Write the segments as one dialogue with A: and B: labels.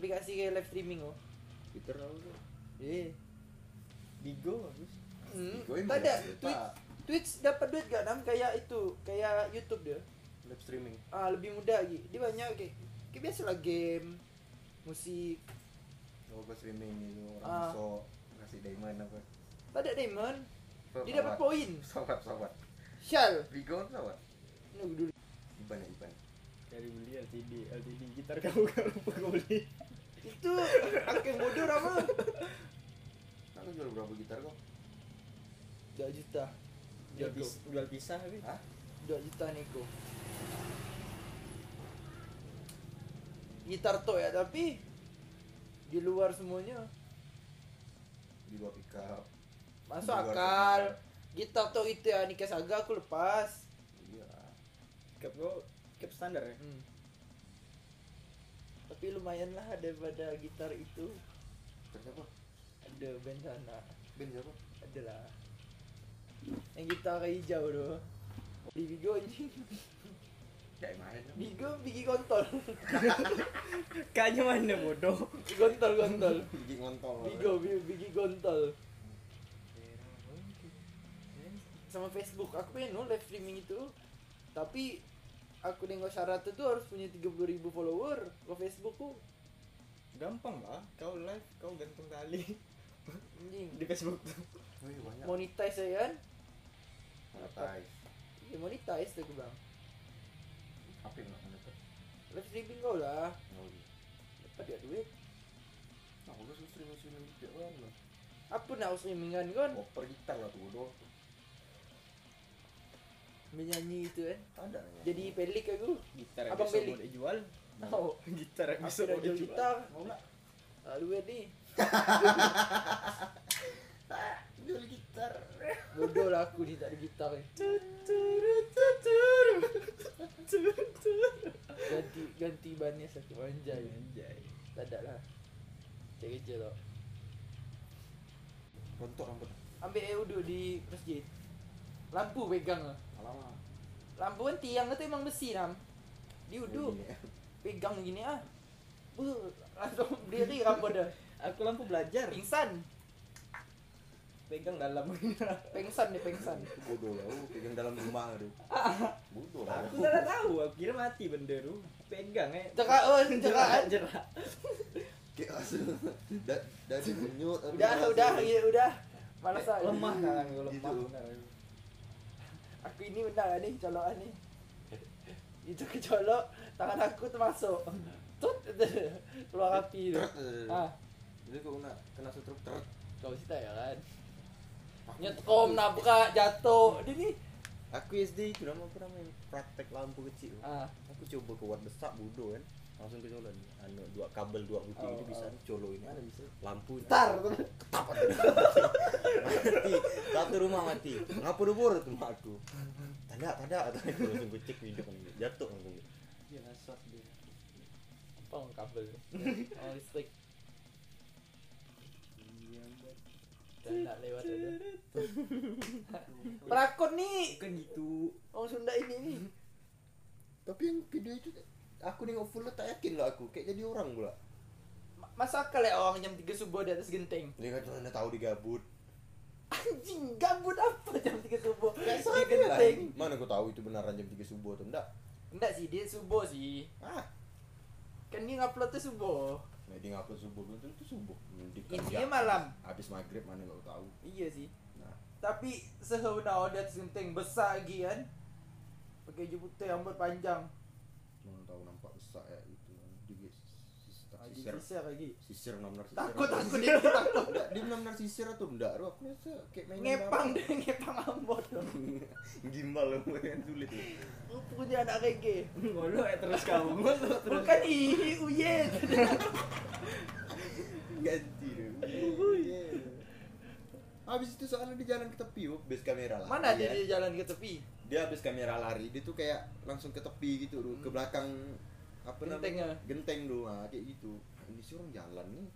A: live streaming oh.
B: Twitter apa tuh?
C: Eh,
A: Iya.
B: Bigo bagus.
A: Hmm.
B: Bitcoin
A: Tak ada
B: banyak duit,
A: Twitch,
B: Pak.
A: Twitch dapat duit gak nam kayak itu, kayak YouTube dia.
B: Live streaming.
A: Ah lebih mudah lagi. Dia banyak kayak, kayak biasa lah game, musik.
B: Oh, gua streaming itu
A: Ah.
B: orang so ngasih diamond apa.
A: Tak ada diamond.
B: Pesawat.
A: Dia dapat poin.
B: Pesawat, pesawat.
A: Syal.
B: Bigo pesawat.
A: Nunggu dulu.
B: Iban ya, Iban.
C: Dari beli LTD, LTD gitar kamu gak lupa gue beli.
A: Itu aku yang bodoh Rama.
B: Nah, lu jual berapa gitar kok?
A: 2 juta.
C: Jual,
A: Nego.
C: pis jual pisah tapi.
B: Hah?
A: 2 juta nego. Gitar tok ya tapi di luar semuanya
B: Di luar pickup.
A: masuk
B: Di luar
A: akal.
B: pickup.
A: Gitar tok itu ya Nika Saga aku lepas.
B: Iya.
C: Cap gue cap standar ya.
A: Hmm. Tapi lumayan lah daripada gitar itu
B: Terus apa?
A: ada bandana,
B: Ben siapa?
A: ada lah. Yang gitar hijau tuh. Di Bigo anjing.
B: Kayak main.
A: Bigo bigi kontol.
C: Kayaknya mana bodoh.
A: gontol gontol.
B: Gigi ngontol.
A: Bigo bi- bigi gontol. Sama Facebook aku pengen no live streaming itu. Tapi aku nengok syarat itu harus punya 30.000 follower ke Facebookku.
C: Gampang lah, kau live, kau gantung tali
A: Anjing.
C: di Facebook tuh.
B: Wih, banyak.
A: Monetize ya kan?
B: Monetize.
A: Ya monetize tuh aku bilang.
B: Apa yang nggak monetize?
A: Live streaming kau lah.
B: Nggak boleh.
A: Dapat ya duit.
B: Nah, gua suka streaming streaming gitu kan.
A: Apa nak streamingan kan?
B: Oper gitar lah tuh bodoh.
A: Menyanyi itu kan.
B: Ada lah. nih.
A: Jadi pelik aku.
C: Gitar
A: Abang
C: bisa
A: beli.
C: boleh dijual.
A: Tahu.
C: Gitar yang
A: Aku
C: Oh, bisa
A: dah
C: boleh
A: jual
C: dijual.
A: gitar.
B: mau nggak?
A: Ah, duit ni.
B: Jual gitar.
A: Bodoh lah aku ni tak ada gitar ni.
C: Tut, turut, tut, turut. Tut, turut.
A: Ganti ganti bannya satu anjay.
C: Anjay.
A: Tak ada lah. Cari kerja tau.
B: Rontok rambut.
A: Ambil air wuduk di masjid. Lampu pegang lah.
B: Alamak.
A: Lampu kan tiang tu memang besi nam. Dia wuduk. Pegang gini ah. Ber, langsung berdiri rambut dia.
C: Aku lampu belajar.
A: Pingsan.
C: Pegang dalam.
A: Pengsan dia pengsan.
B: Itu bodoh lah, lu pegang dalam rumah lu. Bodoh lah.
C: aku tak tahu, aku kira mati benda tu. Pegang eh.
A: Cerak oh, cerak.
C: jerak.
B: Kayak rasa da- dada denyut. tapi
A: Udah,
B: rasa-
A: udah, ya, udah. Malas ah.
C: Lemah tangan aku,
B: Gitu.
C: lemah. tangan.
A: Aku ini benar lah ni, colokan ni. Itu kecolok, tangan aku termasuk. Tut, keluar api tu.
B: Truk, eh.
A: Ah,
B: Jadi kau nak kena setruk truk.
A: kau mesti tak ya kan? Nyetkom, nabrak, jatuh. Dia ni.
B: Aku SD itu lama pernah main praktek lampu kecil.
A: Ah,
B: Aku coba ke wadah besar bodoh kan. Langsung ke jalan. Anu dua kabel dua putih
C: Oh,
B: itu bisa
C: oh.
B: colo ini. Ada bisa. Lampu.
A: tar.
B: mati. Satu rumah mati. Ngapa dubur tu mak aku. Tanda tanda tanda aku langsung gue cek video kan. Jatuh langsung.
C: Dia lasak dia.
A: Apa orang kabel? Orang listrik. Dah nak lewat ada. Pelakon ni,
C: Bukan gitu.
A: orang Sunda ini ni.
B: Tapi yang video itu aku tengok full tak yakin lah aku. Kayak jadi orang pula.
A: Ma- Masa akal ya orang jam 3 subuh di atas genteng?
B: Dia kata mana tahu dia gabut.
A: Anjing, gabut apa jam 3 subuh? Di
B: Dia
A: genteng.
B: lah. Mana aku tahu itu benaran jam 3 subuh atau enggak?
A: Enggak sih, dia subuh sih.
B: Ah,
A: Kan dia ngupload tu subuh.
B: nah dia ngupload subuh belum tentu subuh. Hmm, dia kerja.
A: Intinya malam.
B: Habis maghrib mana kau tahu.
A: Iya sih.
B: Nah,
A: Tapi sehuna dia atas genteng besar lagi kan. Pakai baju putih rambut panjang.
B: mana tahu nampak besar ya itu. Dia sis- tak
A: Lagi
B: sisir.
A: sisir lagi.
B: Sisir benar-benar sisir.
A: Takut takut dia takut.
B: Enggak, dia benar-benar sisir atau enggak? Aduh, aku rasa kayak main
A: Ngepang dia ngepang ambon. tu.
B: Gimbal lah, yang sulit. ni.
A: Lu punya anak reggae.
C: Ngolok eh terus kamu. Ngolok terus.
A: Bukan ih uyen.
B: Ganti dia. Habis itu soalnya di jalan ke tepi, Bob. habis kamera lah.
A: Mana
B: Iya.
A: dia, dia jalan ke tepi?
B: dia habis kamera lari dia tuh kayak langsung ke tepi gitu Ru. ke
A: Hmm.
B: belakang apa
A: Gentengnya.
B: namanya genteng tuh nah, kayak gitu Ah, ini sih orang jalan nih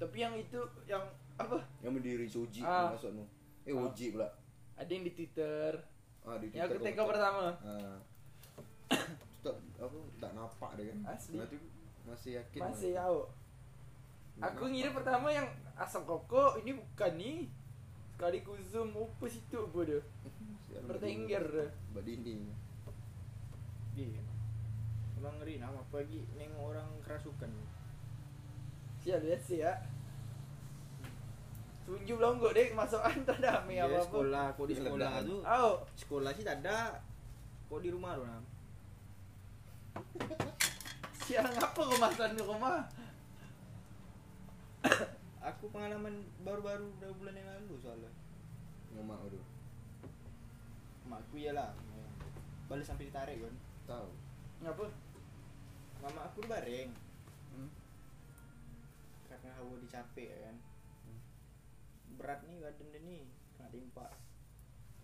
A: Tapi yang itu yang apa?
B: yang berdiri si Oji
A: Ah.
B: masuk nu eh
A: Ah.
B: Oji pula
A: Ada yang di Twitter.
B: ah di
A: Yang aku
B: Twitter
A: tengok
B: kau-
A: pertama.
B: ah tak apa tak nampak dia kan
A: Asli.
B: Berarti masih yakin lah.
A: Masih
B: mana.
A: au. Aku ngira pertama yang asam koko ini bukan ni. Sekali ku zoom apa situ apa dia? Bertengger dia.
B: Berdinding
C: Iya. Emang ngeri nama pagi nengok orang kerasukan.
A: Sial biasa ya. Tunjuk longgok dek masuk antar dah
C: Dia
A: me apa apa.
C: sekolah, kau di sekolah
B: Ledakan.
C: tu.
A: Au.
C: Sekolah sih tak ada. Kau di rumah tu nam.
A: Sial apa kau masuk di rumah?
C: Aku pengalaman baru-baru dari bulan yang lalu soalnya.
B: Ngomong tu
C: Mak aku ialah Balik sampai ditarik kan
B: Tahu
A: Ngapa?
C: Mama aku tu bareng
A: Hmm.
C: Karena hawa dicapek kan
B: Hmm.
C: Berat ni badan dia ni Kena timpak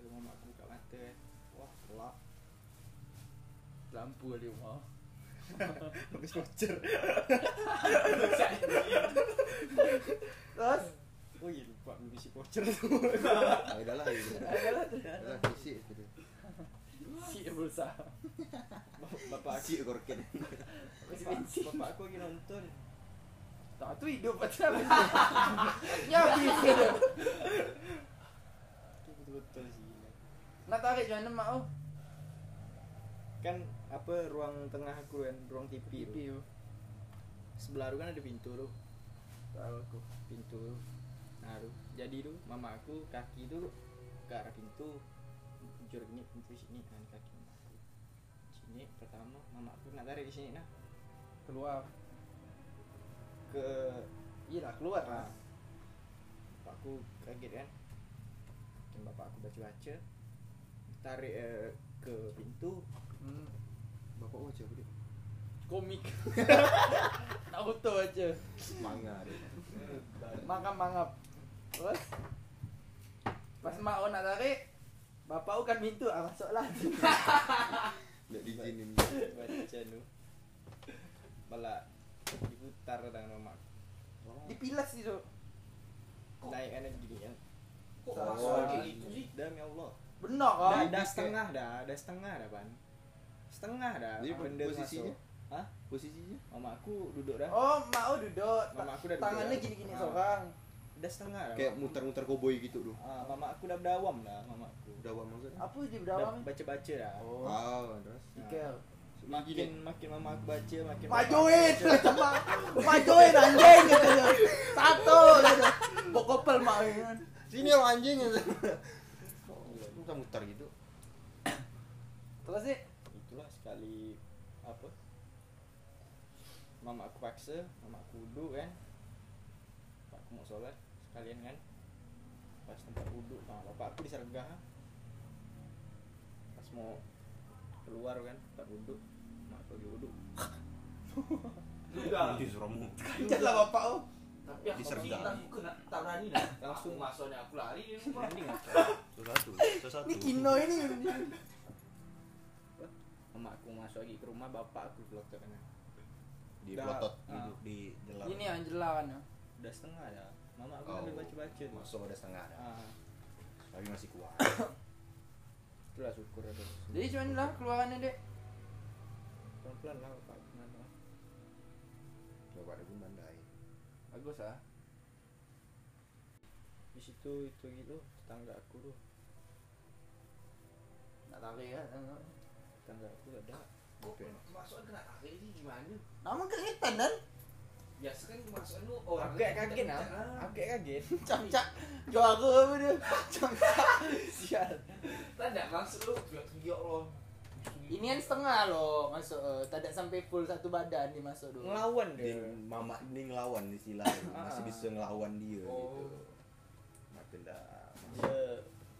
C: Kalau mama aku buka mata eh Wah kelak
A: Lampu di rumah.
C: Habis voucher
A: Terus
C: Oh iya lupa aku isi voucher tu
B: Ah, dah lah ya, Dah Dah lah kisik tu
A: si berusaha.
C: Bapak aku
B: Pakcik korken
A: Isi
C: bapak,
A: bensin.
C: bapak aku lagi nonton
A: Tak tu hidup macam apa? Ya bisa dia.
C: Itu betul-betul sih gila.
A: Nak tarik macam mana mak oh?
C: Kan apa ruang tengah aku kan Ruang TV tu
A: Pipi tu.
C: Sebelah tu kan ada pintu tu
A: Tahu aku.
C: pintu tu. nah tu jadi tu mama aku kaki tu ke arah pintu jujur ni pintu sini kan kaki mama aku sini pertama mama aku nak tarik di sini nah
A: Keluar.
C: ke
A: Yelah keluar lah.
C: ah, bapak aku kaget kan dan bapak aku baca-baca tarik eh, ke pintu
A: Hmm.
B: Bapak wajah aku dia
A: komik Naruto aja
B: Manga dia
A: mangap mangap terus pas mak awak nak tarik bapak awak kan pintu ah masuklah
B: Nak dijinin
C: baca tu malah diputar tangan mama aku
A: Oh. dipilas gitu
C: naik kan gini kan
D: Kok
A: Salah.
D: masuk kayak gitu sih?
C: demi Allah
A: benar kan
C: Dah, dah setengah dah, dah setengah dah ban. Setengah dah.
B: Jadi
C: benda
B: posisinya?
C: masuk. Hah?
B: Posisinya
C: Mama aku duduk dah.
A: oh mak awak duduk
C: Mama aku dah duduk
A: tangannya
C: dah.
A: gini gini
C: Ah.
A: seorang
C: Dah setengah dah.
B: Kayak muter-muter koboi gitu tu
C: Ah, mama aku dah berdawam dah, mama aku.
B: Udah awal maksudnya
A: apa dia
C: Dah
A: berdawam ni
C: baca-baca dah.
A: oh
B: Ah, terus
A: Ikel.
C: Makin makin mama aku baca makin
A: Majuin kata mak. Majuin anjing kata dia. Satu kata. Bokopel mak. kan.
B: Sini orang anjing
A: Oh,
B: Muter-muter gitu
A: Terus sih
C: Itulah sekali apa? Mama aku paksa, mama aku duduk kan. Bapak aku mau solat sekalian kan. Pas tempat duduk, nah, bapak aku disergah. Pas mau keluar kan, tempat duduk. Mak aku lagi duduk.
D: Enggak.
B: suruhmu
A: Kancat lah bapak awak.
D: Tapi aku
B: Disergam.
D: bilang aku kena tak berani dah.
C: Langsung.
D: Langsung masuknya aku lari dari rumah.
C: Mending aku.
B: Satu Satu
A: Ni kino ini.
C: Mama aku masuk lagi ke rumah, bapak aku kan. keluar ke kanan.
B: Di
C: Dah.
B: pelotot
C: Ah.
B: duduk di dalam
A: Ini Angela kan.
C: Udah setengah dah. Mama aku sambil baca-baca. tu.
B: Masuk ada setengah dah
C: Ah,
B: Tapi masih kuat
C: itulah syukur ada.
A: Jadi macam mana lah keluarannya dek?
C: pelan-pelan lah bapak aku nana.
B: Coba ada pun pandai
A: Bagus lah
C: Di situ itu gitu tetangga aku tuh
A: Nak tarik lah
C: tetangga aku ada
D: Kok masuknya kena tarik sih gimana?
A: Nama kegiatan dan
D: Biasa kan masuknya lu
C: Aku
D: orang.
C: kayak kaget lah
D: Aku
C: Aku kayak kaget
A: Cak-cak Juara apa dia Cak-cak Sial
D: tak ada maksud lu. Biar tunjuk lo.
A: Ini kan setengah loh Masuk eh, Tak ada sampai full satu badan dia masuk dulu
C: Ngelawan
B: Dia
C: dia
B: mamak ni ngelawan istilahnya
C: Ah.
B: Masih bisa ngelawan dia
D: Oh.
B: gitu Makin dah
C: Dia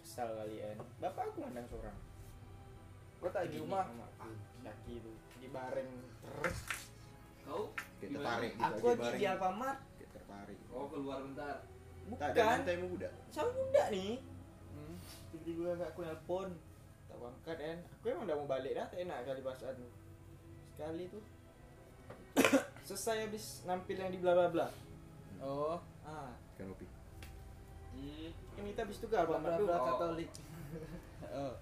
C: kesal kalian Bapak aku mandang seorang
A: Kau tak di rumah
C: Sama aku. Kaki itu Di bareng terus
D: Kau
B: Kayak
D: Gimana?
B: tertarik gitu
C: Aku
B: lagi
C: lagi
B: bareng.
C: di Alfamart
B: Kayak tertarik
D: oh keluar bentar.
B: Tak ada
C: Bukan
B: lantai mu budak
C: Sama budak nih
A: hmm.
C: Tiba-tiba kakak aku nelpon Tak angkat kan Aku emang udah mau balik dah Tak enak kali perasaan tu Sekali tuh Selesai habis nampil yang di bla bla bla
A: Oh
C: Ah,
B: Kanopi
D: Hmm.
C: kan kita habis itu ke Alfamart
A: Bla-bla-bla
C: dulu.
D: Oh.
A: katolik Oh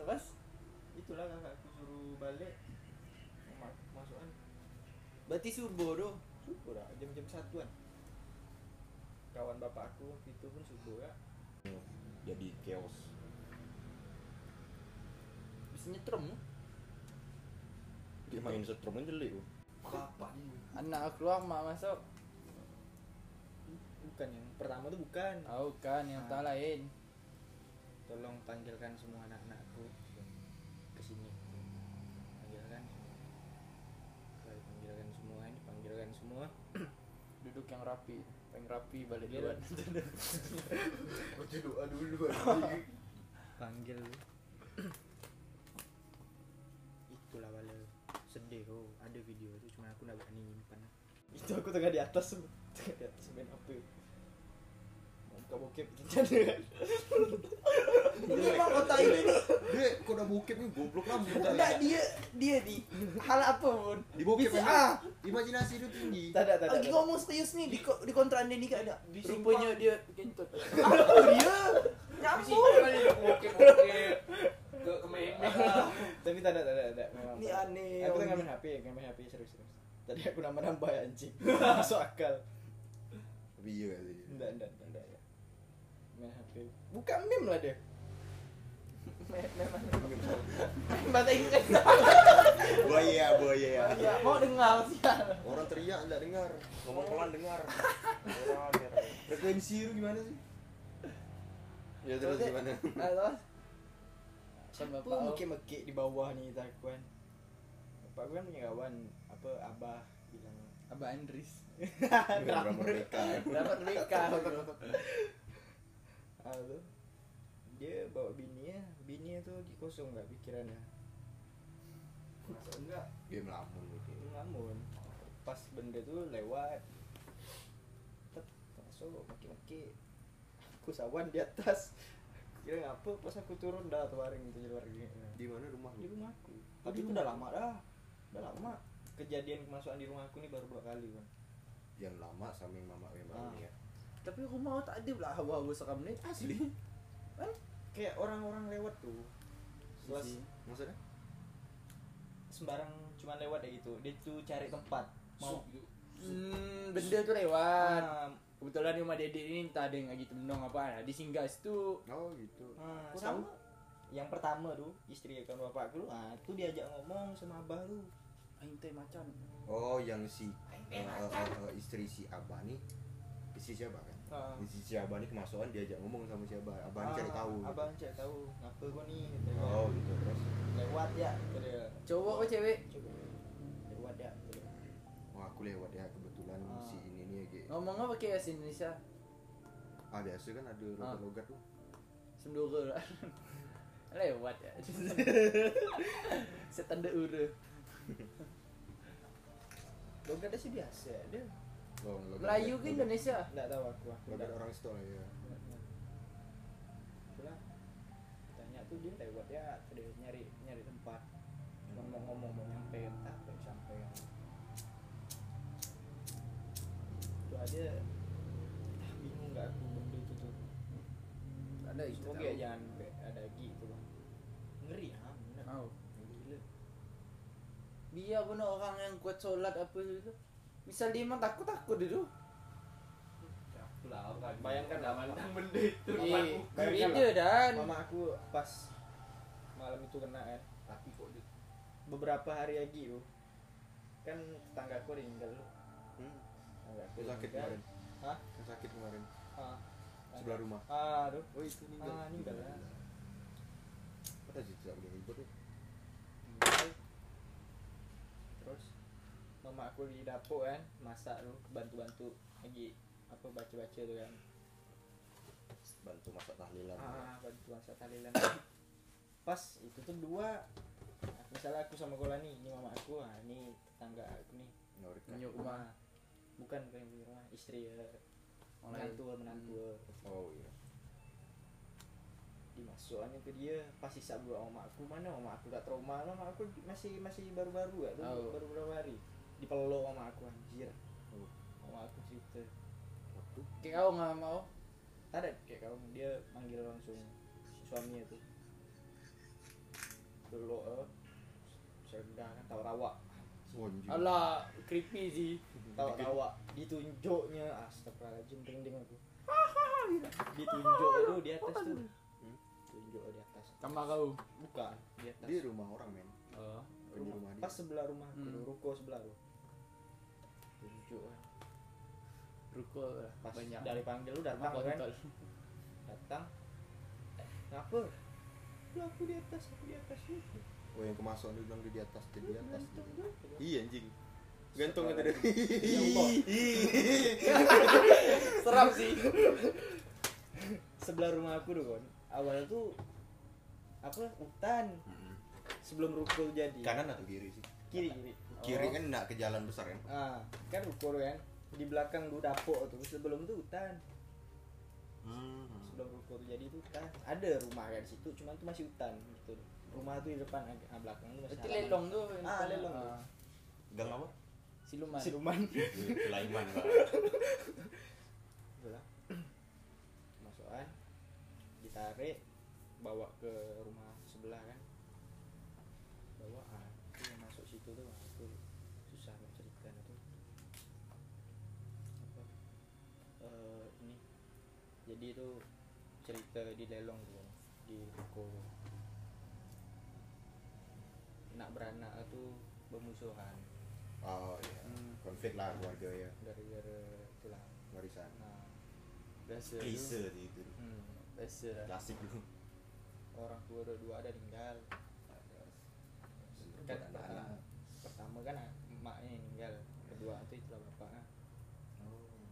A: Terus
C: Itulah kakak aku suruh balik Mak- Masuk kan
A: Berarti subuh tu
C: subuh lah jam-jam satuan kawan bapak aku waktu itu pun subuh ya
B: jadi chaos
A: Bisa nyetrum.
B: dia main setrum aja jelek loh.
D: Bapak ini.
A: Anak keluar mak masuk.
C: bukan yang pertama tuh bukan
A: Oh kan yang tak lain.
C: Ah, tolong panggilkan semua anak-anakku ke sini panggilkan Setelah dipanggilkan semua kan, dipanggilkan semua
A: Duduk yang rapi. Paling rapi balik
C: Gila.
A: duluan.
D: Baca doa Oh, dulu anjing.
C: panggil itulah wala sedih kau ada video itu cuma aku nggak berani nyimpan lah. itu aku tengah di atas tu. tengah di atas main apa Mau buka bokep kita kan
A: Ini mak kau tahu ini.
B: Dek, kok udah bokep nih goblok lah bentar.
A: Budak dia dia di hal apa pun.
B: Di bokep
A: Bisa,
B: aja.
A: ah.
B: Imajinasi lu tinggi.
C: tak ada tak
A: Lagi
C: ada
A: ngomong serius nih di, ko- di kontrakan dia nikah ada.
D: Di
A: Rupanya
D: simpang.
A: dia kentut. Apa dia?
D: Tapi
A: Nyambung.
D: sih, kali bokeh-bokeh. Ke kemeh-meh lah.
C: tapi tak ada tak ada tak ada memang
A: Ini
C: tak ada.
A: aneh.
C: aku
A: orang
C: tengah
A: ni.
C: main HP tengah main HP serius serius tadi aku nambah nambah ya anjing masuk akal
B: Tapi iya gak sih?
C: enggak enggak enggak, enggak ya main HP buka meme lah dia
A: Me- Memang. Memang bahasa Inggris.
B: Buaya, buaya.
A: Ya, mau dengar sial.
B: Orang teriak enggak dengar. Ngomong pelan dengar. Orang, ya. Frekuensi lu gimana sih? Ya terus gimana?
A: Ah, terus. Sama
C: Siapa
A: Pak O.
C: mekik-mekik di bawah ni takuan? Bapak aku kan punya kawan apa abah bilang
A: Abang Andris.
B: Orang mereka.
A: Dapat mereka.
C: ah tu dia bawa bini ya, bini tu lagi kosong tak pikiran dia.
D: Masuk enggak?
B: Dia melamun gitu.
C: Dia Ngelamun. Pas benda tu lewat tet masuk mekik-mekik. Aku sawan di atas. Aku Kira ngapa pas aku turun dah terbaring tu jelwar
B: Di mana
C: di
B: rumahnya?
C: rumah aku. Tapi itu dah lama dah. Dah lama. Kejadian kemasukan di rumah aku ni baru dua kali kan.
B: Yang lama sama yang mama
C: Ah.
B: memang ya.
A: Tapi rumah awak tak ada pula hawa-hawa seram ni.
B: Asli.
C: kayak orang-orang lewat tuh Setelah
A: Isi.
B: Maksudnya?
C: sembarang cuma lewat kayak gitu dia tuh cari tempat mau
D: Sup gitu.
A: Hmm, benda tu lewat.
C: Ah,
A: Kebetulan rumah adik-adik ni tak ada yang lagi temenong apa. kan. Dia singgah situ.
B: Oh gitu.
C: ah,
A: Aku
C: sama yang pertama tuh istri kan bapak aku ah tuh diajak ngomong sama abah tuh Ah,
A: Intai macan.
B: Oh yang si
D: Eh,
B: eh, eh, eh, istri si Abah nih istri siapa kan?
C: Ah,
B: Istri si Abah nih kemasukan diajak ngomong sama si Abah. Abah nih cari
C: ah,
B: tahu.
C: abang cari tahu ngapa kau nih kata dia.
B: Oh gitu terus.
C: lewat ya kata dia.
A: Cowok ke cewek?
C: Coba. lewat ya kata dia.
B: Wah aku lewat ya kebetulan
C: Ah.
B: si ini nih kayak
A: Ngomong apa pakai bahasa Indonesia?
B: ah biasa kan ada logat-logat tuh.
A: Sendura lah. Lewat ya. Setanda ura.
C: logat dia sih biasa dia
B: Oh, logat-
A: Melayu ke
B: logat-
A: Indonesia?
C: nggak tahu aku aku
B: Logat orang situ lah ya.
C: Itulah. tanya tuh dia lewat ya dia nyari nyari tempat ngomong-ngomong mau nyampe entah belum sampai yang itu aja ah, bingung nggak aku benda itu tuh
A: Tak ada itu.
C: semoga jangan sampai ada lagi itu bang ngeri ya bener
A: Mau.
C: gila
A: Biar pun orang yang kuat solat apa itu. Misal dia memang takut takut dia tu.
D: Itulah, orang.
C: Bayangkan lah,
D: Mandang benda itu rumah
A: Eh,
D: aku.
C: bayangkan lah.
A: beda dan
B: Kan-
C: mama aku pas malam itu kena ya
D: Tapi kok dia
C: beberapa hari lagi tuh kan tetangga aku meninggal
B: Hmm.
C: tetangga aku
B: Yang sakit
C: meninggal.
B: kemarin.
C: Hah?
B: Yang sakit kemarin.
C: Ah,
B: Sebelah rumah.
C: ah aduh
B: Oh itu
C: ninggal.
B: Ah, ninggal lah.
C: Ninggal.
B: Kita sih tidak boleh ribut tuh.
C: terus mama aku di dapur kan masak tuh bantu-bantu lagi apa baca-baca tuh kan
B: Bantu masak tahlilan.
C: ah bantu masak talilan pas itu tuh dua misalnya aku sama Gola nih ini mama aku ah ini tetangga aku nih
B: Nyorikan.
A: Nyok rumah
C: bukan bukan yang punya rumah istri ya
A: orang Hmm.
C: menantu menantu
B: Oh iya.
C: dimasukkannya ke dia pas sisa dua sama mak aku mana mama aku tak trauma lah mak aku masih masih baru-baru kan
A: Oh.
C: baru berapa hari dipeluk sama aku anjir
B: Oh.
C: mama aku cerita
B: Waduh.
A: Kayak kau nggak mau?
C: tak ada kayak kamu dia manggil langsung si suaminya tuh peluk eh. saya udah kan tahu rawak
B: Wonji.
A: Alah, creepy sih.
C: ketawa-tawa ditunjuknya astagfirullahaladzim merinding aku ditunjuk itu di atas tuh
B: Hmm?
C: tunjuk di atas
A: Sama kau.
C: bukan di atas
B: Di rumah orang men.
A: Oh.
B: Di rumah dia.
C: pas sebelah rumah
A: Hmm.
C: ruko sebelah tuh tunjuk kan.
A: Ruko lah.
C: pas
A: banyak.
C: dari panggil lu datang
A: Apa
C: kan
A: kontol?
C: datang kenapa Lu, aku di atas aku di atas yuk
B: Oh yang kemasuk dia bilang dia di atas dia di atas.
C: gantung dong
B: Iya anjing. Gantung itu dia.
C: Ya Allah.
A: Seram sih.
C: sebelah rumah aku tuh kon awalnya tuh apa hutan sebelum ruko jadi
B: Kanan atau kiri sih?
C: kiri kiri
B: Kan- Kiri
C: Oh.
B: kan enggak ke jalan besar kan.
C: ah kan ruko tuh kan di belakang lu dapur tuh sebelum tuh hutan
B: Hmm.
C: sebelum ruko tuh jadi itu hutan ada rumah kan di situ cuman tuh masih hutan gitu rumah tuh di depan agak ah, belakang tuh masih
A: Berarti
C: halaman.
A: lelong tuh.
C: ah lelong tuh.
A: Ah,
B: Gang apa?
A: Siluman.
C: siluman
B: Sulaiman. Pak.
C: Udah lah. masukan ditarik bawa ke rumah sebelah kan bawa aku yang masuk situ tuh aku susah menceritakan itu apa eh, ini jadi itu cerita di lelong tuh di ruko nak beranak tuh bermusuhan
B: Oh iya.
A: Hmm.
B: Konflik lah keluarga ya.
C: dari dari itulah
B: Warisan.
C: nah
A: Biasa. tu.
B: Klise sih itu.
C: hmm,
A: Biasa lah.
B: Klasik dulu.
C: orang tua dua-dua ada meninggal kan
B: Buat
C: pertama,
B: anak-anak.
C: pertama kan emaknya yang meninggal kedua itu itulah bapaknya
B: Oh.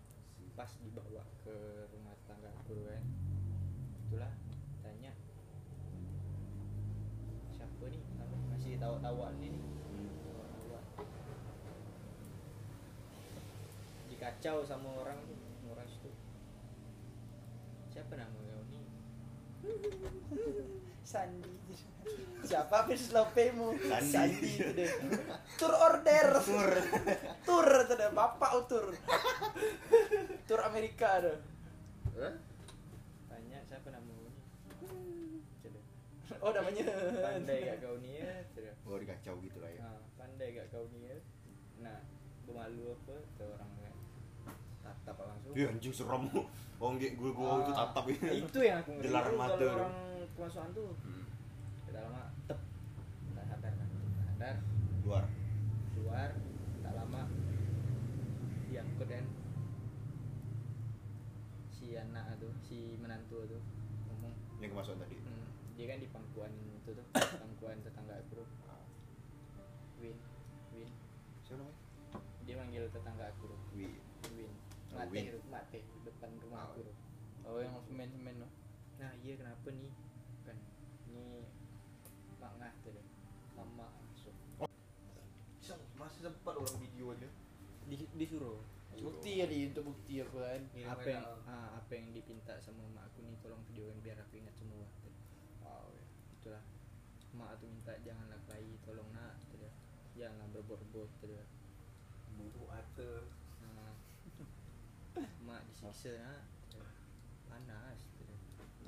C: pas dibawa ke rumah tangga aku kan itulah tanya siapa nih apa masih tawa-tawa ini nih tawa-tawa dikacau sama orang tuh sama orang situ siapa nama kau nih Sandi siapa Fis Lopemu
B: Sandi.
C: Sandi itu deh
A: Tur order.
B: Tur.
A: Tur tu dah bapak utur. Tur Amerika tu.
B: Hah?
C: tanya siapa nama kau nih Cedek.
A: Oh namanya.
C: pandai gak kau nih ya Cedek.
B: Oh dikacau gitu lah ya.
C: Ah, pandai gak kau nih ya nah bermalu apa ke orang kan tatap langsung
B: Iya Eh, anjing serem. Oh enggak gue gue itu
C: Ah,
B: tatap ini.
C: itu yang aku ngeri
B: Dilarang
C: Kalau
B: mata
C: orang kemasukan tuh
B: Hmm.
C: kita lama tep tak sadar kan tak sadar
B: Luar.
C: keluar tak lama diangkut kan si anak tuh si menantu tuh ngomong
B: Yang kemasukan tadi.
C: "Hmm, dia kan di pangkuan itu tuh pangkuan tetangga aku tuh
B: Ah,
C: Win Win
B: Siapa namanya?
C: dia manggil tetangga aku tuh
B: Wi.
C: Win
B: Oh,
C: mate
B: Win.
C: tuh mate depan rumah aku tuh
A: Oh yang semen-semen tu.
C: nah iya kenapa nih kan ini mak ngah tuh deh lama langsung
B: Masih sempat orang video aja.
C: Di- disuruh
A: Bukti tadi untuk bukti apa kan.
C: apa yang ah, apa yang dipinta sama mak aku nih tolong videoin biar aku ingat semua wow
A: ya.
C: itulah mak aku minta jangan lakai tolong nak gitu dia. jangan berbobot gitu dia.
D: Bubuk ate.
C: Ah. mak disiksa nak gitu dia. panas gitu dia.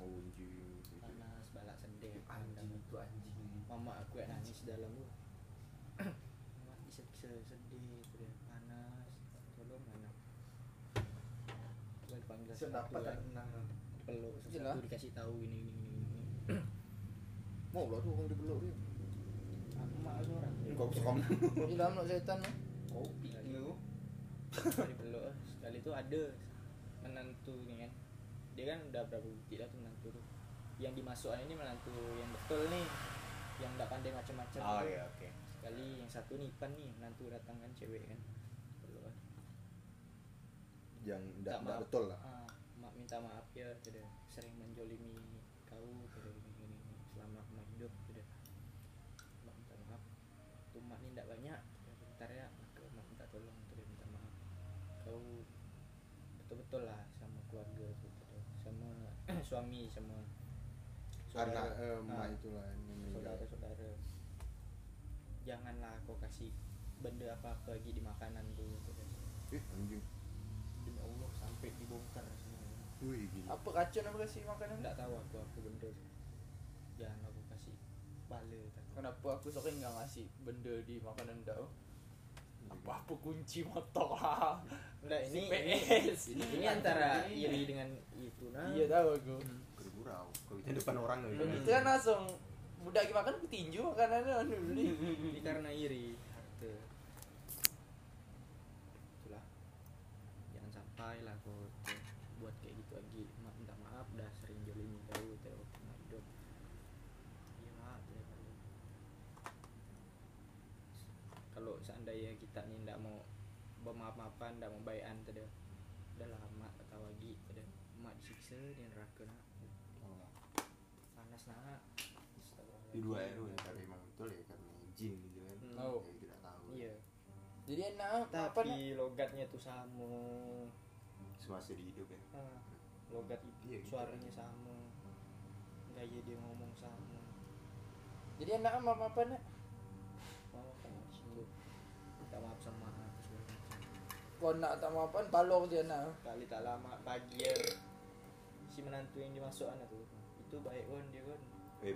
B: Oh anjing.
C: panas balak sendiri
D: Eh, Anjing itu anjing.
C: mama aku yang nangis dalam gua mama disiksa sedih gitu dia. panas tolong anak Gua dipanggil sama
D: Sedapat
C: Tuhan.
D: tak tenang.
C: kan.
D: lah.
C: peluk
A: Jelas.
C: sesuatu dikasih tahu ini ini ini ini
B: Mau lah tuh orang dibelok dia.
C: aku mak aku orang
B: Enggak bisa kamu.
A: Di dalam nak setan tu.
D: Kopi lu.
C: sekali peluk ah. sekali tuh ada menantu nih kan dia kan udah berapa bukti lah tuh menantu tuh yang dimasukkan ini menantu yang betul nih yang nggak pandai macam-macam
D: Ah,
C: tuh.
B: Oh
D: ya.
B: iya oke.
C: sekali yang satu nih Ipan nih menantu datang kan cewek kan peluk ah.
B: Yang enggak
C: Tak
B: enggak
C: maaf.
B: betul lah.
C: ah, mak minta maaf ya sudah sering menjolimi kau sudah gini gini gini. selama mak hidup sudah mak minta maaf tuh mak ini tidak banyak sudah bentar ya maka mak minta tolong sudah minta maaf kau betul betul lah sama keluarga tuh sudah. sama suami sama
B: Karena
C: saudara.
B: eh, emak
C: Ah,
B: itulah yang meninggal.
C: saudara saudara janganlah kau kasih benda apa apa lagi di makanan tuh sudah.
B: Ih Eh, anjing.
C: demi Allah sampai dibongkar semuanya
B: Wih gila.
A: Apa racun apa kasih makanan?
C: Nggak tahu aku aku benda tu. Jangan aku kasih bala tak.
A: Kenapa aku sering enggak ngasih benda di makanan dah?
B: Hmm,
A: apa apa kunci motor lah
C: Enggak ini
A: Si
C: ini,
A: PS.
C: ini, ini antara iri dengan itu nah.
A: iya tahu aku
B: Gurau-gurau. Kalau itu depan orang
A: Udah gitu kan langsung budak kita makan petinju makanannya anu beli
C: Ini karena iri. Gitu. Itulah. Jangan sampai lah kau tuh buat kayak gitu lagi. Ma minta maaf dah sering jolimi kau terlalu pernah hidup. Iya maaf ya kalau kalau seandainya kita nih ndak mau bermaaf-maafan, ndak mau bayan tadi. Udah lama kata lagi tadi. Mak disiksa di neraka nak. Panas nak.
B: Di Oh. dua RW tapi emang betul ya karena jin gitu kan.
C: Hmm.
A: Oh.
B: Yang tidak tahu.
C: Iya.
A: jadi enak apa nak
C: tapi logatnya tuh sama
B: Semasa di hidup ya.
C: Ah, logat
B: Iya,
C: itu
B: gitu.
C: suaranya sama gaya dia ngomong sama
A: jadi enak sama apa nak
C: mau kan sungguh minta maaf sama aku segala macam.
A: kau nak tak mau apa balok dia nak
C: kali tak lama pagi ya si menantu yang dimasuk anak tuh itu baik on dia kan
B: Eh,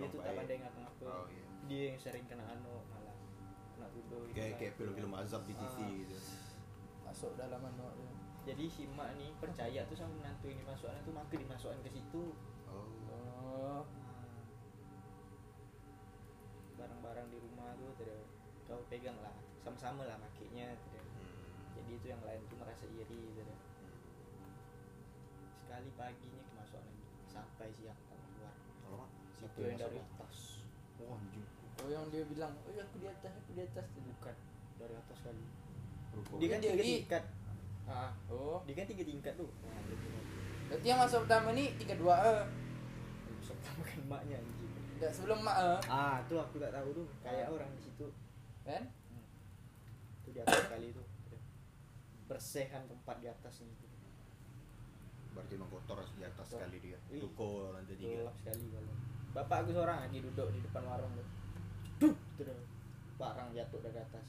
C: dia
B: emang
C: tuh tak
B: baik.
C: pandai ngapa-ngapa
B: Oh iya.
C: dia yang sering kena anu malah kena tuduh
B: Kayak
C: gitu
B: kayak
C: kan.
B: film-film azab di TV
C: Ah.
B: gitu.
A: masuk dalam anu dia
C: jadi si mak nih percaya tuh sama menantu yang dimasuk anak tuh maka dimasukkan ke situ
B: Oh.
A: oh
C: barang-barang di rumah tuh tidak kau pegang lah sama-sama lah makinya tidak
B: Hmm.
C: jadi itu yang lain tuh merasa iri tidak sekali paginya kemasukan lagi sampai siang kamu keluar
B: Kalau mah
C: situ yang lah. dari atas
B: Wah, anjing.
A: oh yang dia bilang oh ya, aku di atas aku di atas tu.
C: bukan dari atas kali
B: Rupa
C: dia kan tiga
A: Jadi-
C: tingkat ah
A: oh
C: dia kan tiga tingkat tuh nah, dia bilang,
A: berarti yang masuk pertama ni 32 eh
C: besok kamu kan maknya anjing
A: Dah sebelum mak eh
C: ah tuh aku tak tahu tuh kayak orang di situ
A: kan
C: itu di atas kali itu bersehan tempat di atasnya itu
B: berarti emang kotor di atas
C: Kotor.
B: sekali dia.
C: Ih.
B: Ruko lantai tiga.
C: gelap sekali kalau bapak aku seorang lagi duduk di depan warung tuh Dup, terus barang jatuh dari atas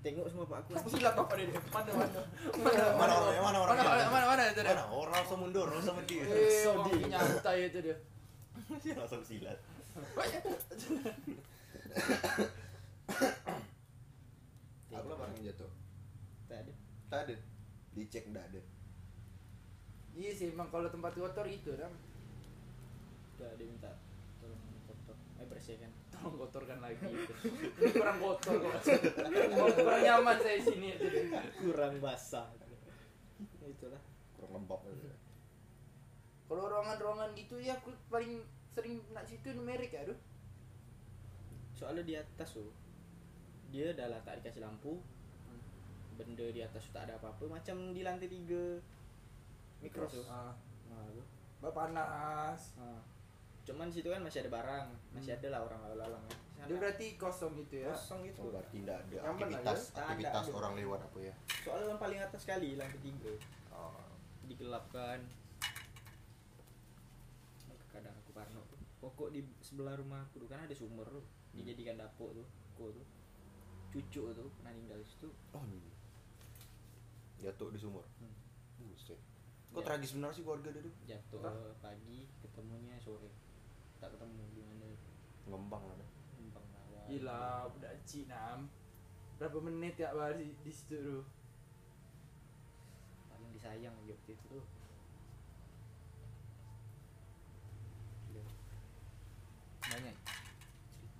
C: tengok semua bapak aku
A: Gila bapak dia Mana mana
B: Mana orangnya? Mana
A: Mana
B: orangnya?
A: mana mana mana itu dia
B: Mana orang langsung mundur, langsung mati.
A: Eh,
C: Sodi.
A: orang nyantai itu dia
B: Langsung silat. Apa lah barang yang jatuh?
C: tak ada
B: Tak ada. Dicek enggak ada.
A: Iya sih, emang kalau tempat kotor itu dah
C: udah dia minta tolong kotor eh bersihkan
A: Tolong kotorkan lagi itu. Ini kurang kotor kok Kurang- Kurang nyaman saya di sini itu dia.
C: kurang basah Ya, itulah
B: Kurang lembab aja.
A: Kalau ruangan-ruangan gitu ya aku paling sering nak situ ya, numerik aduh
C: soalnya di atas tuh dia adalah tak dikasih lampu benda di atas tuh tak ada apa-apa macam di lantai tiga mikros tuh
A: Ah,
C: nah, tuh.
A: Bapak panas
C: Ah. cuman situ kan masih ada barang masih ada lah orang lalang kan Sana
A: Dia berarti kosong gitu ya
C: kosong gitu
B: Oh, berarti enggak ya. ada
A: Nyaman
B: aktivitas
A: aja.
C: Tak ada,
B: aktivitas
C: ada.
B: orang lewat apa ya?
C: soalnya yang paling atas sekali lantai tiga
B: Oh,
C: digelapkan kadang aku parno tuh. pokok di sebelah rumah aku tuh kan ada sumur tuh dijadikan dapur tuh aku tuh cucu tuh pernah tinggal di situ
B: oh ini. Jatuh di sumur.
C: Hmm.
B: Buset. Kok
C: Ya.
B: tragis benar sih keluarga dia tuh?
C: jatuh
A: Hah?
C: pagi ketemunya sore tak ketemu gimana
B: Ngembang lah ada.
C: numpang lawan
A: Gila, budak Cina Berapa menit tiap hari di situ tuh
C: paling disayang aja waktu itu tuh Gila,
A: Banyak
C: cerita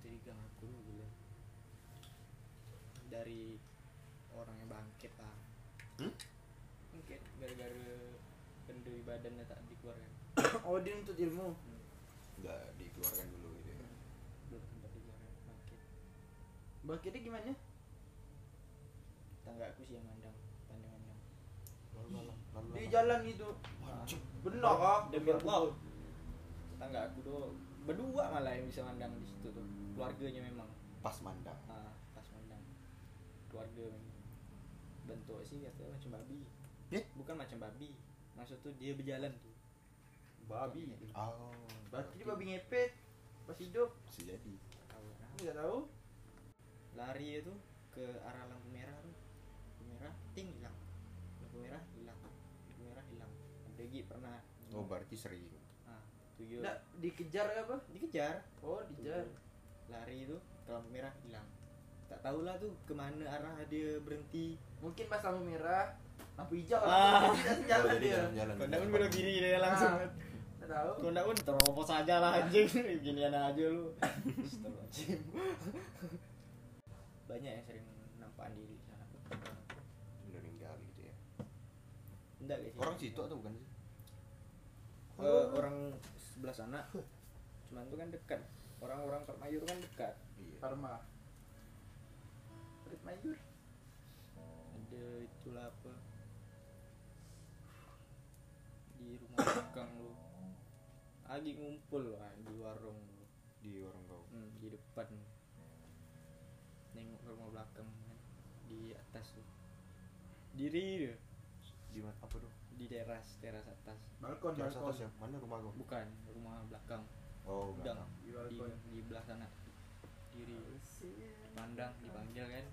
C: di gang aku tuh gila dari orang yang bangkit lah
B: Hmm?
C: mungkin gara-gara benda di badannya tak dikeluarkan
A: Odin Oh, untuk ilmu
B: Enggak dikeluarkan dulu gitu ya.
C: belum sempat dikeluarkan bangkit
A: Bakirnya gimana?
C: tangga aku sih yang mandang pandangannya
B: Lalu-lalang,
A: Di
B: lalu-lalang.
A: jalan gitu
B: Wajib.
A: Benar ah
C: demi Allah tangga aku tuh berdua malah yang bisa mandang di situ tuh keluarganya memang
B: Pas mandang.
C: ah, pas mandang keluarga memang bentuk sih katanya macam babi
B: Eh?
C: bukan macam babi maksud tuh dia berjalan tuh
A: Babi
B: Oh.
A: Berarti dia babi ngepet Pas hidup
B: Bisa jadi.
C: Tahu kan?
A: Enggak tahu
C: lari itu ke arah lampu merah tuh lampu merah ting hilang lampu merah hilang lampu merah hilang Degi pernah
B: Oh, berarti sering.
C: ah, tuyul
A: Enggak dikejar ke apa?
C: dikejar
A: Oh, dikejar
C: lari itu ke lampu merah hilang tak tahulah tuh kemana arah dia berhenti
A: Mungkin pas lampu merah, lampu hijau, lah.
C: Ah.
A: lampu hijau
B: Oh,
A: jalan
B: jadi
A: dia.
B: jalan-jalan.
C: kondak pun belok kiri dia langsung
A: Ah. Nggak tahu.
C: kondak pun terobos aja lah anjing beginian aja lu Astagfirullahaladzim. banyak yang sering nampak di sana
B: Bener yang jalan gitu ya.
C: enggak guys
B: Orang situ atau bukan sih?
C: Eh, orang sebelah sana cuman tuh kan dekat orang-orang Permayu tuh kan dekat
B: Iya.
A: Parma. Rit Mayur.
C: ada itulah apa di rumah belakang lu lagi ngumpul lah di warung lu
B: Di orang kau.
C: hmm, di depan nengok rumah belakang kan di atas lu diri dia
B: Di mana apa tuh?
C: di teras teras atas
A: Balkon,
B: Di atas
A: balkon.
B: atas ya? Mana rumah kau?
C: bukan rumah belakang
B: Oh,
C: udang
B: belakang.
A: Di
C: di,
A: balkon.
C: di belah sana diri pandang dipanggil kan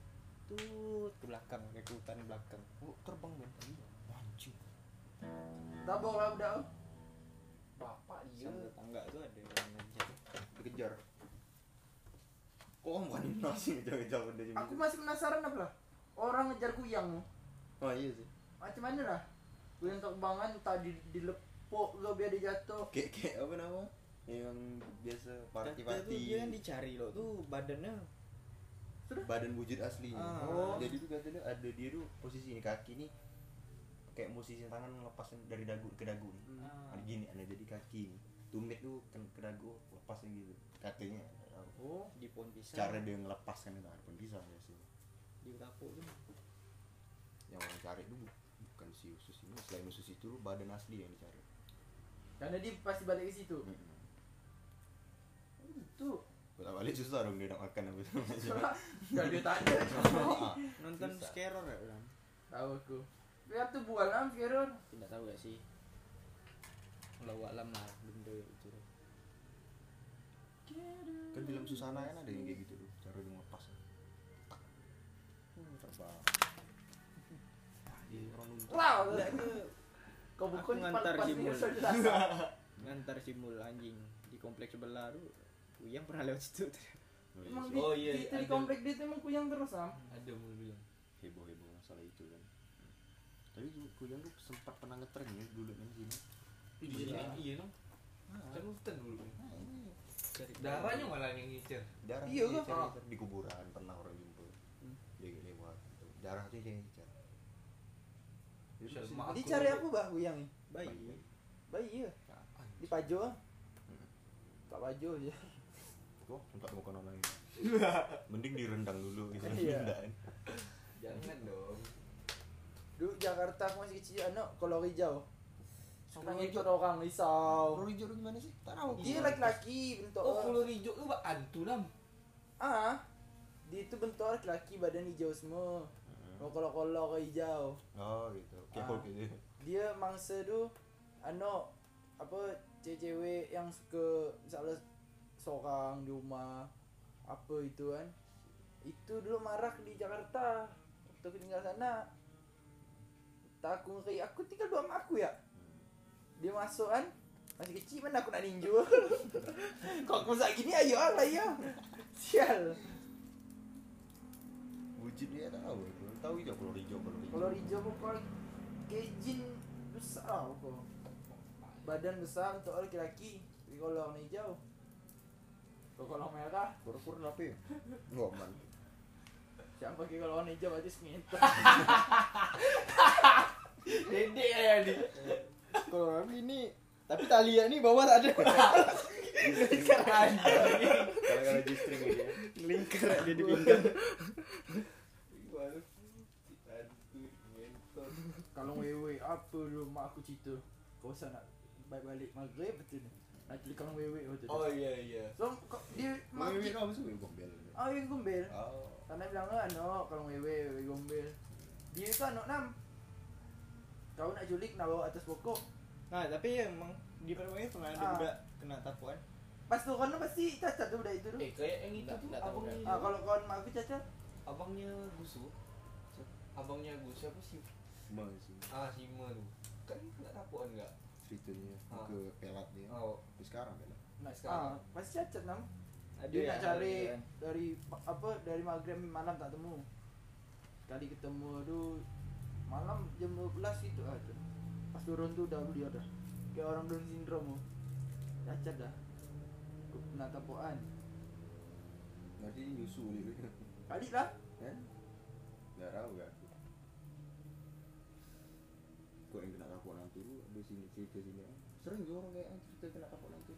C: tut ke belakang ke hutan belakang
B: Oh, terbang kan? Anjing.
A: Tabok lah udah. Bapak dia.
C: sambil tangga tuh ada yang ngejar
B: Dikejar. Oh, bukan nasi ngejar-ngejar benda macam
A: Aku
B: gitu.
A: masih penasaran apa lah. Orang ngejar kuyang.
B: Oh, iya sih.
A: Macam mana lah? Kuyang terbangan tak di dilepok ke biar dia jatuh.
B: Kayak kayak apa nama? Yang biasa
C: Kata tuh
B: party-party.
C: dia kan dicari loh tuh badannya
B: badan wujud asli
C: Ah.
A: Oh.
B: jadi tuh katanya ada dia tuh posisi ini kaki nih kayak musisi tangan ngelepas dari dagu ke dagu nih
A: Hmm.
D: Hmm.
C: Ah.
B: ada gini ada jadi kaki nih tumit tuh kan ke, ke dagu lepasin gitu katanya
A: Oh,
C: di pohon pisang
B: cara dia ngelepaskan itu tangan pun bisa ya sih
C: di kapuk tuh
B: yang orang cari tuh bu- bukan si usus ini selain usus itu tuh badan asli yang dicari
A: karena dia pasti balik ke situ.
B: Mm-mm.
A: Itu.
B: Kalau balik susah dong dia nak makan apa
A: Cuma dah dia tak ada.
C: nonton
B: Susah.
C: skeror ya orang
A: Tahu aku. Biar tu bual lah Firon.
C: tidak tahu gak sih kalau alam lah benda itu
B: kan film Susana kan ada yang kayak gitu tuh cara dia ngelepas hmm, terbang Iya, orang nuntut.
A: Wow, kau
C: Aku
A: bukan
C: ngantar
A: pas
C: si
A: ni
C: Mul.
A: rasa dia rasa.
C: ngantar si mul anjing di kompleks sebelah tuh yang pernah lewat situ
B: Oh, iya
A: Emang di,
B: sih.
D: Oh, iya,
A: di, di
D: ada.
A: komplek dia tu emang kuyang terus am.
D: Ada mulu bilang.
B: heboh-heboh masalah itu kan tapi gue kuyang tuh sempat pernah ngetren ya dulu kan sini
D: Iya,
A: lah.
D: iya dong. Kan hutan dulu. Darahnya malah yang ngincer.
B: darah
A: Iya,
B: dia
A: kan?
D: Ah.
B: cari- cari di kuburan pernah orang jumpa dia kayak lewat gitu. darah tuh yang cari Jadi
D: Bisa
B: pasti-
D: lemak.
A: Dia
D: Aku-
A: cari apa bah kuyang ni?
C: baik
A: Bayi ya.
B: Nah,
A: Di pajo ah. Tak pajo je.
B: kok sempat mau konon lagi mending direndang dulu gitu
A: Iya.
B: rendang.
D: Jangan dong.
A: Dulu Jakarta aku masih kecil anak kolor hijau. Sekarang
D: Kolor
A: ikut orang risau.
B: Rory Jordan gimana sih? Tak tahu.
A: Dia laki-laki bentuk.
D: Oh,
A: orang-
D: kalau hijau lu bak antu lam.
A: Ah. Dia tu bentuk orang laki-laki badan hijau semua. Mau kolor-kolor ke hijau.
B: Oh gitu. Kayak
A: Ah.
B: Hulk gitu.
A: dia mangsa tu ano apa cewek-cewek yang suka misalnya seorang di rumah apa itu kan itu dulu marak di Jakarta waktu aku tinggal sana tak aku ngeri aku tinggal dua mak aku ya dia masuk kan masih kecil mana aku nak ninju kok aku sak gini ayo lah ya sial
B: Wujud dia tak tahu. Belum tahu itu kalau hijau kalau hijau.
A: kalau hijau kok kalau kejin eh, besar lah kok badan besar untuk orang laki-laki tapi kalau warna hijau kalau kalau merah
B: Kurang-kurang apa ya? Wah man.
A: siapa ki kalau warna hijau berarti sengit
D: Dede ya ni.
C: kalau orang ini tapi talian nih bawah tak ada
B: Kalau kalau G-string gitu ya.
C: lingkar ada di pinggang
A: kalau wewe apa lu mak aku cerita kau usah nak balik-balik maghrib betul ni nak telikang wewe betul
D: Oh iya iya.
A: so kau- dia mak
B: Mami
A: aku
B: kau mesti gombel.
A: oh yang gombel
B: Oh.
A: karena bilang anak kalau wewe wewe gombel dia tu anak enam kau nak julik nak bawa atas pokok
C: nah Ha, tapi emang di permayu pernah ada
A: Ah.
C: budak kena tapuan
A: pas tu kau pasti cacat tu budak itu tu
D: Eh kayak yang itu
C: Nggak-
D: tuh
C: nggak tahu, kan.
D: abangnya.
A: ah kalau kau mak aku cacat
D: abangnya Gusu. Abangnya Gusu siapa sih?
B: Mang sih.
D: Ah Sima tuh. Kan enggak tapuan enggak?
B: Ceritanya
D: Ah.
B: ke pelat dia.
D: Oh,
B: Tapi sekarang lah. pelat.
A: Nah,
D: sekarang.
A: Ah, pasti cacat nam. dia
B: Iya,
A: nak cari
B: iya.
C: kan.
A: dari ma- apa dari maghrib sampai malam tak temu kali ketemu tu malam jam 12 gitu ah tu. pas turun tu dah beliau dah kayak orang Down syndrome tu cacat dah nak tapuan
B: Berarti dia nyusu Eh? dia.
A: kali lah
B: Hah? Enggak tahu gak aku. Kok yang kena kapok nanti lu di sini cerita sini. eh? Sering juga orang kayak eh, cerita kena kapok nanti.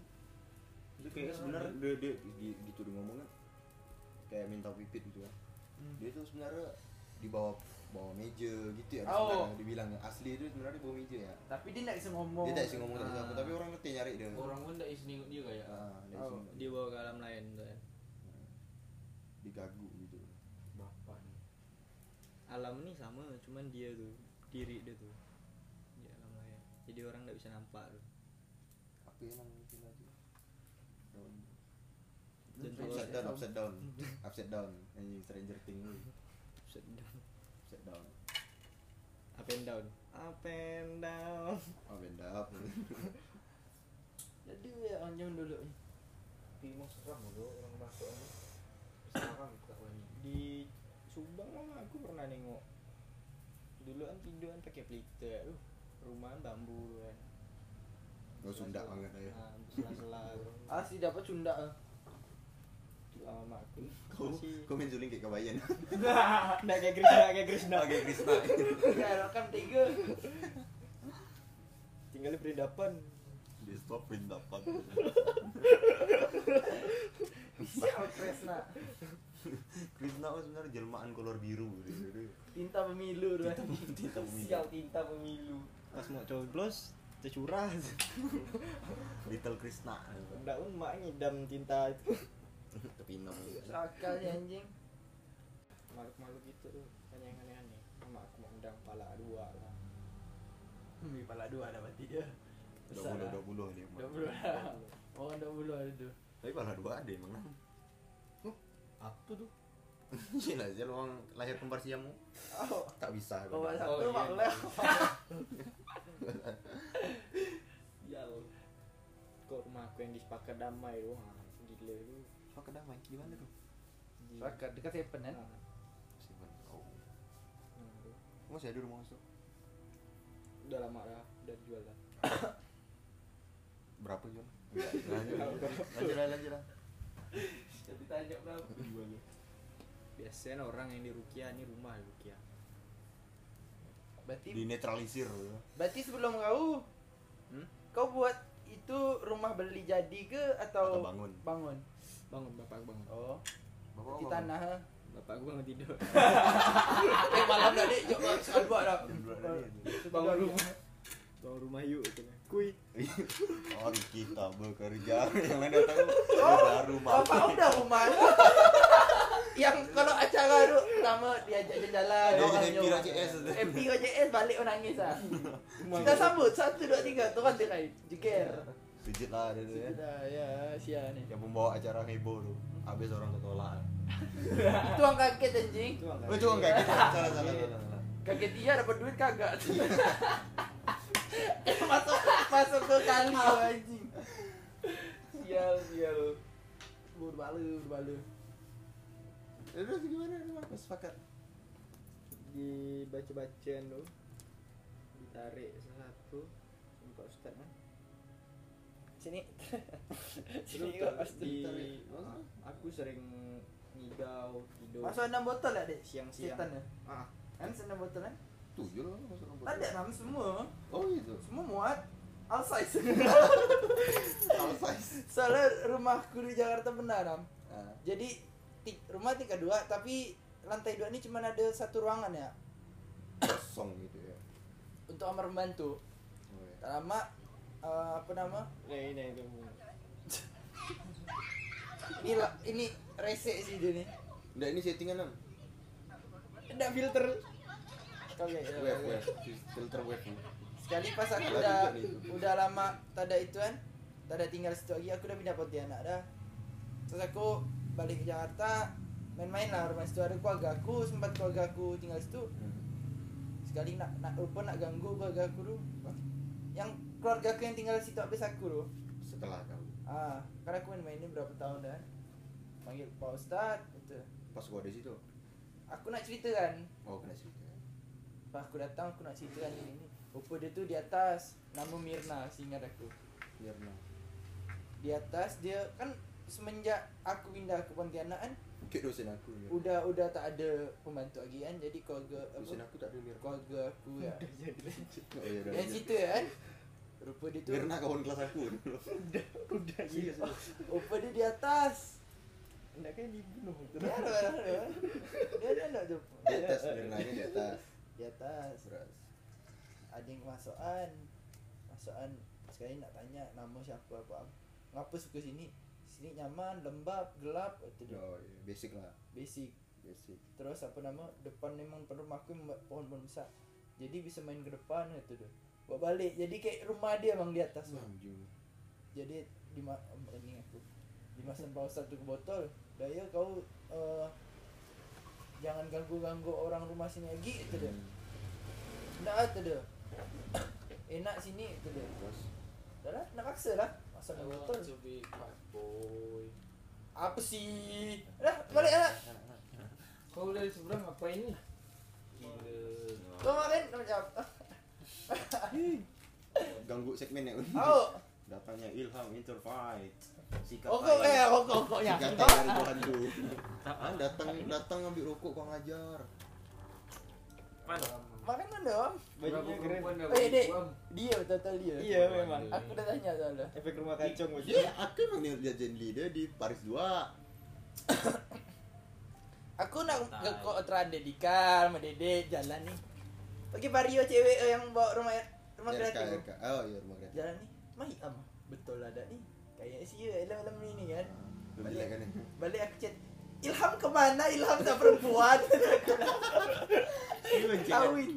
B: Itu kayaknya sebenarnya dia, dia di- gitu dia ngomongnya kayak minta pipit gitu kan.
A: Hmm.
B: Dia tuh sebenarnya di bawah bawah meja gitu ya.
A: Oh.
B: Sebenarnya dibilang asli itu sebenarnya di bawah meja ya.
A: tapi dia tak bisa ngomong
B: Dia tak sih ngomong tak
C: Ah.
B: siapa tapi orang ngerti nyari dia.
D: Oh. Orang pun tak isi nengok dia kayak.
B: Ah, dia
A: Oh.
B: sini.
C: dia bawa ke alam lain tuh ya.
B: digagu gitu.
D: Bapak nih.
C: alam ini sama cuman dia tuh diri dia tuh di alam lain jadi orang nggak bisa nampak tuh
B: Apa yang nangis lagi? Daun.
C: dan
A: Upside
C: kalau-
B: Upside down, upside down, upside down, anjing Stranger Things lu,
C: upside down
B: upside down,
C: up and down up and down
B: oh benda up,
A: jadi ya orang zaman dulu ni.
D: Timo seram dulu orang masuk ini. Sekarang tak wangi.
C: di Subang mah aku pernah nengok dulu kan tiduran pakai pelita tuh rumahan bambu kan
B: gak Oh, Sunda banget ya. aja.
C: nah, sela-sela
A: ah si dapat cunda ah.
C: lama ah, mak aku
B: Kau,
C: masih
B: kau main suling kayak kebayan,
C: nggak kayak Krishna nggak kayak Krishna
B: kayak Krisma.
A: ya rekam tiga
C: tinggal di perindapan
B: Di stop pendapat.
A: siapa Kresna
B: Krisna kan sebenarnya jelmaan kolor biru, dia- dia-
A: tinta pemilu tu kan.
B: tinta bumi,
C: sial tinta pemilu pas mau coblos tercurah
B: Little Krisna,
C: ndak pun mak ngidam tinta itu
B: tapi nom.
A: serakah si anjing
C: makhluk-makhluk itu tuh banyak yang aneh-aneh mak aku mandang pala dua lah
A: Mimpi pala dua dah mati dia
B: Dua puluh, dua puluh dia. emang.
A: Dua puluh lah Orang dua puluh ada tu
B: Tapi kalau dua ada emang. lah.
D: Apa tuh?
B: Iya lah, sih orang lahir kembar siamu
A: Oh,
B: tak bisa.
A: Kau buat
D: Oh,
A: satu
D: iya.
A: mak lah
C: ya lo kok rumah aku yang di sepakat damai tuh ah, gila itu
B: Kau kedamai, gimana tuh?
C: di
A: Serakah dekat Seven kan
C: Ah,
B: Siapa? Oh,
C: nah, tuh.
B: masih ada rumah masuk.
C: udah lama lah udah dijual lah
B: berapa jual? lanjut lanjut lah lanjut lah
D: Tapi tanya berapa?
C: biasanya orang yang di Rukia ini rumah di Rukia
A: Berarti
B: dinetralisir
A: berarti sebelum kau
C: Hmm?
A: Kau buat itu rumah beli jadi ke atau
B: atau bangun
A: bangun?
C: bangun bapak aku bangun
A: Oh,
B: bapak
A: di tanah ha.
C: bapak aku bangun tidur
A: Eh malam dah dek, jom sekali buat dah.
B: Jam dua dah, Dek.
A: Bangun
C: Bangun
A: rumah.
C: rumah. bangun rumah yuk katanya kui
B: Mari kita Oh, bekerja yang lain datang oh, baru
A: Bapak
B: mati
A: udah rumah. Yang kalau acara tu lama diajak jalan-jalan Eh,
B: Dia
A: orang
B: jadi MP
A: nyuruh.
B: JS tu.
A: MP kau JS balik orang nangis ah. Kita sambut satu dua tiga turun tirai. Jeger.
B: pijit lah dia tu ya
A: Sudah ya sia ni.
B: yang membawa acara heboh tuh habis orang lah. ketolak
A: Itu orang kaget anjing.
C: itu
B: oh cuma kayak gitu salah salah salah salah.
A: Kaget dia dapat duit kagak. masuk masuk ke kali tu anjing. Sial sial. Berbalu berbalu.
B: Eh, terus gimana rumah Aku sepakat
C: dibaca-bacaan tuh ditarik satu Pak Ustadz kan
A: Sini.
C: Terus
A: Sini kau
C: di,
A: pasti.
C: aku sering ngigau tidur
A: Masuk enam botol tak dek?
C: siang-siang
A: Setan ya?
C: ah
A: Kan enam botol kan?
B: tujuh lah masuk rumah
A: Tak ada enam semua.
B: oh gitu
A: Semua muat. All size.
B: salah size
A: Soalnya rumahku di Jakarta benar, Ram.
B: Ah,
A: Jadi ti- rumah tingkat dua tapi lantai dua ini cuma ada satu ruangan ya
B: kosong gitu ya
A: untuk kamar membantu.
B: Oh, ya.
A: Tak lama eh, apa nama?
C: nah ini itu
A: Ini la- ini rese sih dia ni.
B: Nggak, ini settingan nam
C: ada filter
A: Kau lihat ya.
B: wave wave filter wave nih.
A: Sekali pas aku
B: Ada
A: udah
B: juga nih.
A: udah lama tak ada itu kan. Tak ada tinggal situ lagi aku udah pindah Pontianak dah. Terus aku balik ke Jakarta main-main lah rumah situ ada keluarga aku sempat keluarga aku tinggal situ
B: Hmm.
A: sekali nak nak lupa nak ganggu keluarga aku tu Apa? yang keluarga aku yang tinggal situ habis aku tu
B: setelah kamu
A: ah karena aku main-main ni berapa tahun dah panggil pak ustad gitu
B: pas gua ada situ
A: aku nak cerita kan
B: oh kena cerita
A: pas aku datang aku nak cerita kan ini ini rupa dia tu di atas nama Mirna seingat aku
B: biar nah
A: di atas dia kan semenjak aku pindah ke Pontianak kan
B: kayak dosen aku ya
A: udah udah tak ada pembantu lagi kan jadi keluarga apa,
B: dosen aku tak ada mirna
A: keluarga aku ya
C: jadi
B: oh iya udah
A: dan
B: lanjut.
A: situ ya kan rupa dia tu
B: mirna kawan kelas aku dulu
C: udah udah
B: Serius,
C: gitu
B: serius.
A: rupa dia di atas
C: enggak kayak dibunuh
A: Dia ada, ada, ada. Dia ada, ada.
B: di atas mirnanya di atas
A: Di atas
B: beras
A: ada yang masukan. Masukan sekali nak tanya nama siapa apa. Ngapa suka sini? Sini nyaman, lembab, gelap itu dia.
B: oh iya. basic lah
A: Basic.
B: basic
A: Terus apa nama? Depan memang rumah aku memang pohon-pohon besar. Jadi bisa main ke depan itu dia. Bawa balik. Jadi kayak rumah dia emang di atas. tu.
B: anjing
A: jadi di ma- em, ini aku dimasan paus satu ke botol daya kau eh, jangan ganggu ganggu orang rumah sini lagi itu
B: Hmm.
A: dia nak itu dia enak sini itu dia
B: terus
A: dah lah nak paksa lah masuk ke
D: Kalau
A: botol
D: to be bad boy.
A: apa sih dah balik lah
D: Kau dari seberang apa ini? Gila.
A: kau makan kau macam
B: ganggu segmen ya
A: oh
B: datangnya Ilham Interfight sikat
A: rokok
B: tangan.
A: eh rokok rokoknya
B: Sikat
A: Oh,
B: tangan dari hantu ah datang datang ambil rokok kau ngajar
A: makan mana om
D: Berapa perempuan dah
A: Eh,
D: bagi
A: Dek.
D: gua?
A: dia betul-betul dia
C: iya memang
A: aku dah tanya soalnya
C: efek rumah kacang
B: Iya, Ya, aku emang lihat Jen Leader di Paris 2
A: Aku nak
D: Tai.
A: ke kotoran Dedikal sama Dede jalan nih. Pergi Vario cewek eh, yang bawa rumah rumah kreatif.
B: RK. Oh iya, rumah kreatif
A: Jalan nih. Mai am. Betul ada nih. Kayak sih ya malam ini kan.
B: Belum jelek kan ya?
A: Balik aku chat. Ilham kemana? Ilham tak perempuan. Kawin.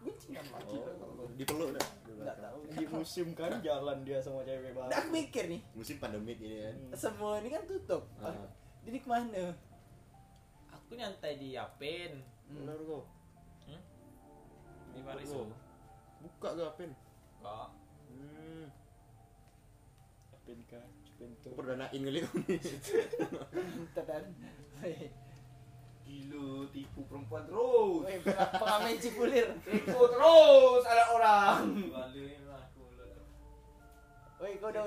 A: Kucing apa?
B: Oh, dipeluk dah
A: Enggak tahu.
C: di musim kan jalan dia sama cewek baru
A: Nah, aku mikir nih.
B: musim pandemik ini kan
C: Hmm.
A: Semua ini kan tutup.
B: Ah.
A: Jadi kemana?
E: Aku nyantai di Yapen
A: Hmm.
B: kau
E: di
B: Oh.
E: Parisu.
B: buka gak pen
E: Kok
B: hmm.
C: cepin ka cepin
B: aku
C: tuh
B: perdanain kali kau nih
A: Tedan.
D: Gila, tipu perempuan terus.
A: Woi, pengamen cipulir.
D: Tipu terus ada orang.
E: Balik
B: lah
E: aku lu.
A: Woi, kau dah.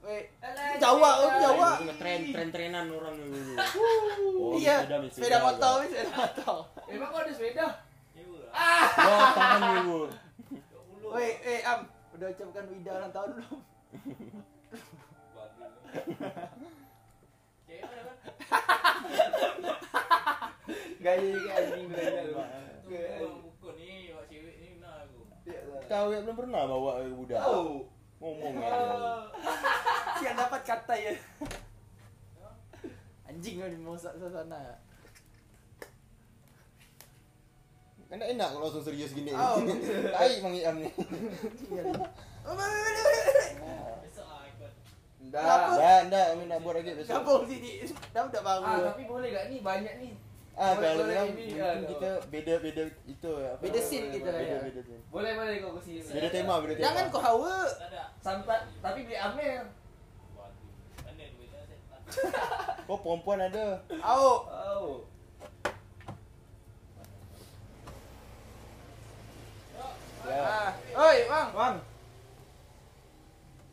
A: Woi,
E: Alah,
A: Jawa,
E: Jawa.
A: om
B: ah.
A: Jawa.
B: tren tren trenan orang dulu Oh,
C: Oh,
A: iya, sepeda motor, weh, sepeda motor.
D: Emang kau Eh, ada sepeda?
E: Ibu lah.
B: oh tahan ibu
E: Kau ulu.
A: Woi, eh Am, udah ucapkan wida ulang tahun belum?
E: Balik. Kayak mana, Bang?
A: Gaya kayak anjing
E: Tuh, orang buku ni, buat cewek ni nak aku.
B: kau yang belum pernah bawa ke budak ngomong ya
A: Siang dapat kata ya. Anjing kau mau suasana.
B: kan tak enak kalau langsung serius gini
A: Oh.
B: tai mang iam nih
E: Besok lah aku.
A: Kenapa?
B: enggak enggak kami nak buat lagi besok
A: Kampung sini, dah udah baru.
D: Ah, tapi boleh gak nih? Banyak nih.
B: ah
D: Boleh,
B: kalau
D: boleh,
B: bilang
D: ini,
B: mungkin
D: ah,
B: kita beda beda itu ya apa?
A: Beda scene kita,
B: beda
A: ya.
B: beda scene.
D: Boleh boleh kau ke sini.
B: beda tema beda tema
A: Jangan kau hawa.
E: Tak ada.
D: Santai, tapi beli Amer.
E: Waduh. Mana duitnya saya tak.
B: kau perempuan ada
A: Au.
D: Oh.
B: ya
A: Ah. Oi, Bang.
C: bang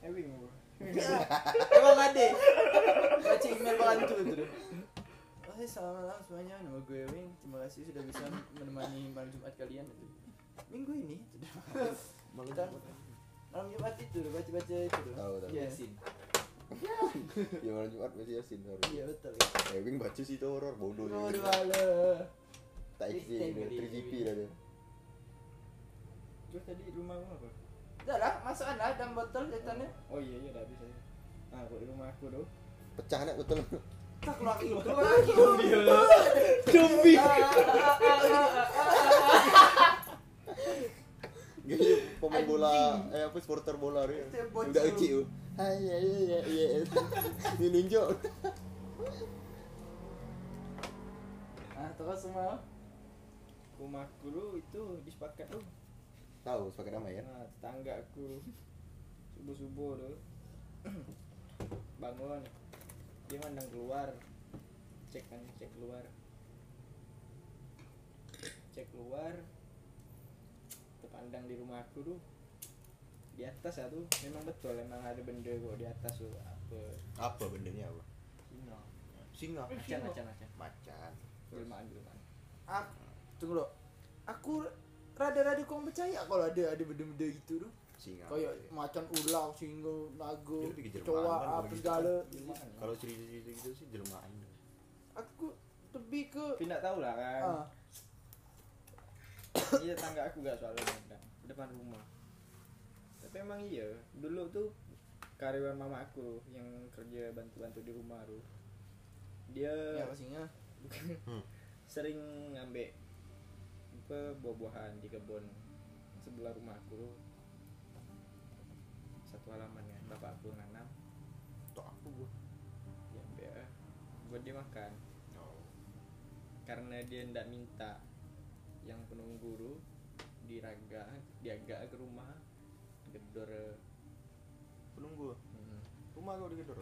C: ewing bro
A: Emang ada. Baca email bantu tu. dia. Hai, selamat malam semuanya. Nama gue Wing. Terima kasih sudah bisa menemani malam Jumat kalian. Minggu ini tu dia.
B: malu
A: Kita- malam Jumat itu dia baca-baca itu. dia.
B: Tahu, tahu.
A: Iya,
B: ya malam Jumat masih yasin harus
A: iya Ya, betul.
B: Ewing baca sih itu horor bodoh
A: Dua
B: sih.
A: dua le.
B: Tak exit dia, 3GP dah dia.
C: terus tadi rumah rumah apa
A: Dah lah, masuk lah dalam botol setannya.
C: oh iya iya udah habis aja ah buat di rumah aku tuh
B: Pecah nak betul.
A: Tak keluar itu. Keluar
C: Oh,
A: itu.
C: zombie
B: Gaya pemain bola eh apa supporter bola dia.
A: Itu yang bocil.
B: Udah kecil tu. Hai ya ya ya ya. Dia nunjuk.
A: Ah, terus semua.
C: rumah aku tuh itu disepakat tuh
B: Tahu sepakat nama ya.
C: Nah, tetangga aku subuh-subuh tuh bangun dia mandang keluar cek kan cek keluar cek keluar terpandang di rumah aku tuh di atas ya tuh memang betul emang ada benda kok di atas tuh apa
B: Apa bendanya apa?
C: singa
B: Singa.
C: macan macan macan
B: Macan.
C: jelmaan jelmaan
A: Ah, tunggu lo. Aku rada-rada kurang percaya kalau ada ada benda-benda gitu tuh.
B: Singa.
A: Kayak macan ular, singa, naga,
B: Dia lebih ke Jerman
A: kecoa, apa
B: kan, kalau gitu
A: segala.
C: jelmaan
B: Kalau cerita-cerita gitu sih jelmaan.
A: Aku lebih ke
C: tapi nggak tahu lah kan
A: ah,
C: iya tangga aku gak soalnya nendang depan rumah tapi emang iya dulu tuh karyawan mama aku yang kerja bantu-bantu di rumah tuh dia
A: ya singa.
B: Hmm.
C: sering ngambil apa buah-buahan di kebun sebelah rumah aku satu halaman kan bapak aku nanam
B: Tok aku gua.
C: dia ambil eh, buat dia makan
B: Oh.
C: karena dia ndak minta yang penunggu tu diraga diagak ke rumah gedor
B: Penunggu.
C: hmm,
B: Rumah kau di Kedoro.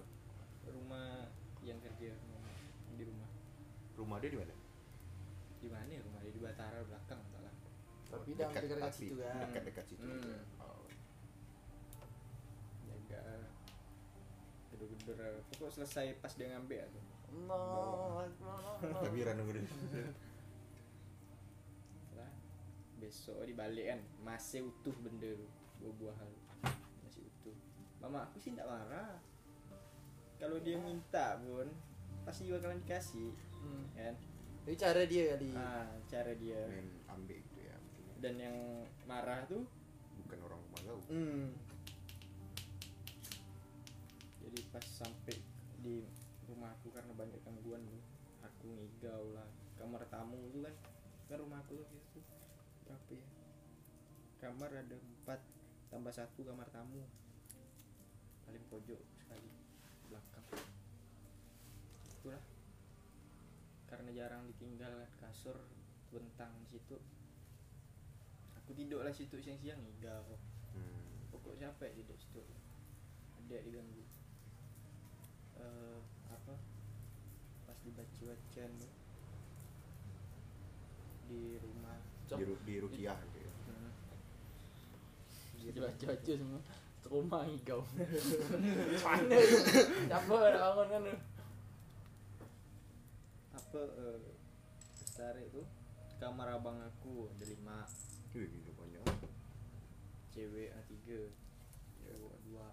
C: rumah yang kerja mama di rumah
B: Rumah dia di mana?
C: di mana ya rumah dia di Batara belakang tak lah
A: Tapi dalam
B: Dekat-
A: dekat-dekat
B: tapi
A: situ kan.
B: Dekat-dekat situ.
C: Hmm.
B: juga. Oh.
C: jaga gedor-gedor uh, pokok selesai pas dia ngambil lah tu
A: No, no, no, no.
B: Tapi random gede.
C: lah besok dibalik kan masih utuh benda tu buah-buahan masih utuh mama aku sih tak marah kalau dia minta pun pasti bakalan dikasih
A: Hmm.
C: kan
A: Itu cara dia kali.
C: ah, cara dia
B: Main ambil itu ya. mungkin.
C: dan yang marah tuh
B: Bukan orang rumah kau.
C: hmm. jadi pas sampai di rumah aku karena banyak gangguan tuh aku ngigau lah kamar tamu tuh kan kan rumah aku tuh gitu berapa ya kamar ada empat tambah satu kamar tamu paling pojok sekali belakang itulah karena jarang ditinggal kan, kasur bentang di situ aku tidurlah situ siang-siang ngigau
B: Hmm.
C: pokok capek duduk situ ada diganggu Eh apa pas dibaca-bacaan tu, di rumah
B: Di, ru- di Rukiah gitu ya.
A: Dibaca-baca semua. Trauma hijau. Mana? tu? Siapa nak bangun kan? tu?
C: apa eh tarik tuh kamar abang aku ada lima
B: Wih, gitu banyak.
C: cewek ada tiga cowok ada dua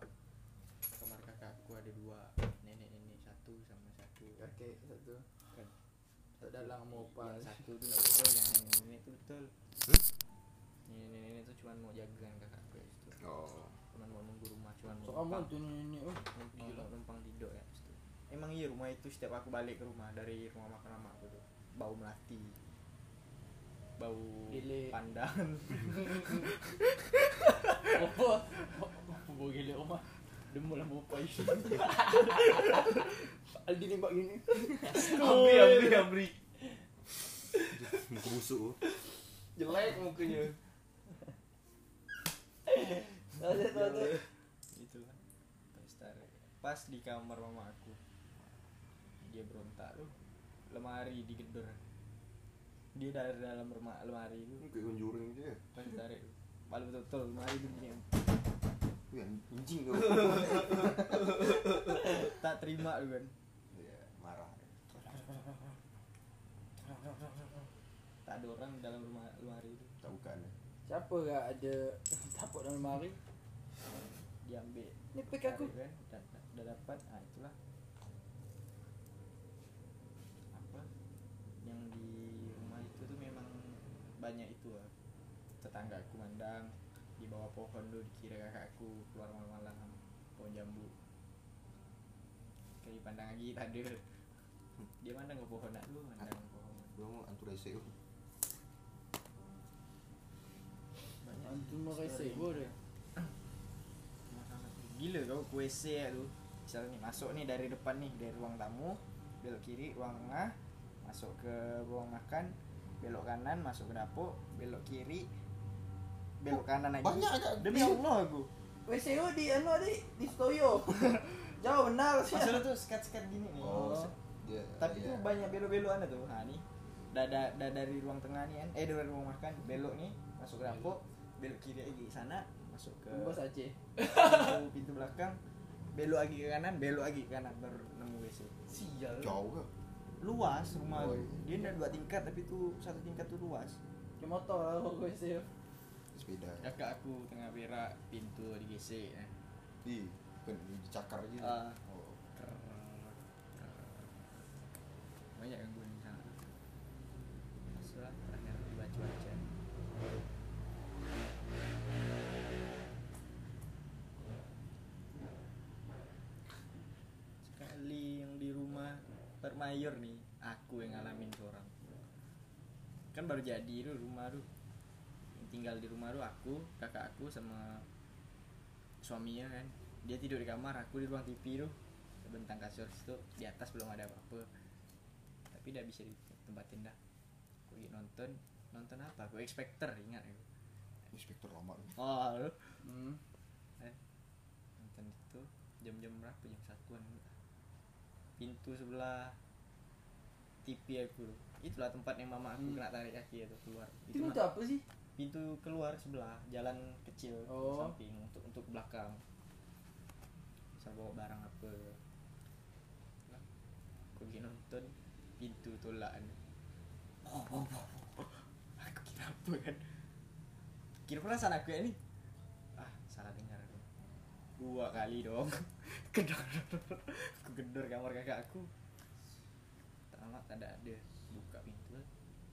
C: kamar kakakku ada dua nenek-nenek satu sama satu
A: Kakek satu.
C: Kan.
A: Tak dalang mau pas.
C: yang satu tuh nggak betul yang nenek tuh betul nenek-nenek tuh cuma mau jagaan kakakku ya situ
B: Oh.
C: cuman mau nunggu rumah cuman
A: So
C: mau
A: kamu
C: numpang
A: tu ni ni. oh.
C: numpang, numpang tidur ya situ emang iya rumah itu setiap aku balik ke rumah dari rumah makan lama aku tuh bau melati bau
A: Bilik.
C: pandan
A: Apa? Apa bawa gila rumah? Demul lah bawa isi. Aldi nembak gini.
D: Amri, Amri, Amri.
B: Muka busuk.
D: Jelek mukanya.
A: Tak ada tak ada.
C: gitu kan Terus tarik. pas di kamar mama aku dia berontak tuh lemari digedor dia dari dalam rumah lemari itu
B: Ini kayak conjuring gitu ya.
C: pas tarik malu betul lemari itu bunyi
B: Wih, anjing kau.
C: tak terima tuh kan
B: Iya, marah.
C: tak ada orang di dalam rumah lemari itu
B: Tak bukan. ya.
A: Siapa gak ada tapuk dalam lemari?
C: diambil
A: Ni pek aku.
C: Tarik kan udah, udah- udah dapat ah itulah apa yang di rumah itu tuh memang banyak itu lah tetangga aku mandang di bawah pohon tuh dikira kakakku keluar malam-malam pohon jambu kali pandang lagi tak ada dia mandang ke pohon nak dulu mandang ke pohon
B: Gua mau antur rese. oh.
C: banyak
A: Antum mau
C: story.
A: rese boleh.
C: Gila kau ke WC lah tu Misalnya ni masuk ni dari depan ni Dari ruang tamu Belok kiri ruang tengah Masuk ke ruang makan Belok kanan masuk ke dapur Belok kiri Belok kanan lagi
B: Oh, Banyak agak.
C: Demi Allah aku
A: WC tu di anu di di ano, Stoyo. Jauh benar
C: Masalah tu sekat-sekat gini ni
B: Oh,
A: Oh.
B: dia Iya,
C: tapi
B: iya.
C: tuh banyak lah belok-belokan tuh nah nih dada dada dari ruang tengah nih kan eh dari ruang makan belok nih masuk ke rampok belok kiri lagi sana masuk ke
A: Bos Aceh.
C: pintu, pintu belakang belok lagi ke kanan belok lagi ke kanan baru nemu WC
A: Sial.
B: jauh kan
C: luas rumah
B: Oh,
C: tuh.
B: iya.
C: dia ada dua tingkat tapi tuh satu tingkat tuh luas
A: Ke motor lah gue sih.
B: sepeda
C: kakak aku tengah berak pintu digesek eh.
B: di kan dicakar gitu
C: Ah.
B: oh.
C: Ker- ker- banyak gangguan di sana surat terakhir dibaca aja sekali yang di rumah permayor nih aku yang ngalamin seorang kan baru jadi tuh rumah tuh yang tinggal di rumah tuh aku kakak aku sama suaminya kan dia tidur di kamar aku di ruang TV tuh bentang kasur situ di atas belum ada apa-apa tapi udah bisa ditempatin dah aku lagi nonton nonton apa aku expector ingat aku
B: inspektor lama nih
C: oh lu
A: Hmm.
C: nonton itu jam-jam berapa jam satuan pintu sebelah TV aku tuh. itulah tempat yang mama aku
A: Hmm.
C: kena tarik kaki itu keluar
A: Itu
C: mah-
A: itu apa sih?
C: pintu keluar sebelah jalan kecil
A: Oh.
C: samping untuk untuk belakang bisa bawa barang apa Lah, aku pergi nonton pintu tolak kan oh, oh, oh, oh. aku kira apa kan kira perasaan aku ya ni ah salah dengar aku dua kali dong gedor aku gedor kamar kakak aku tak lama tak ada ada buka pintu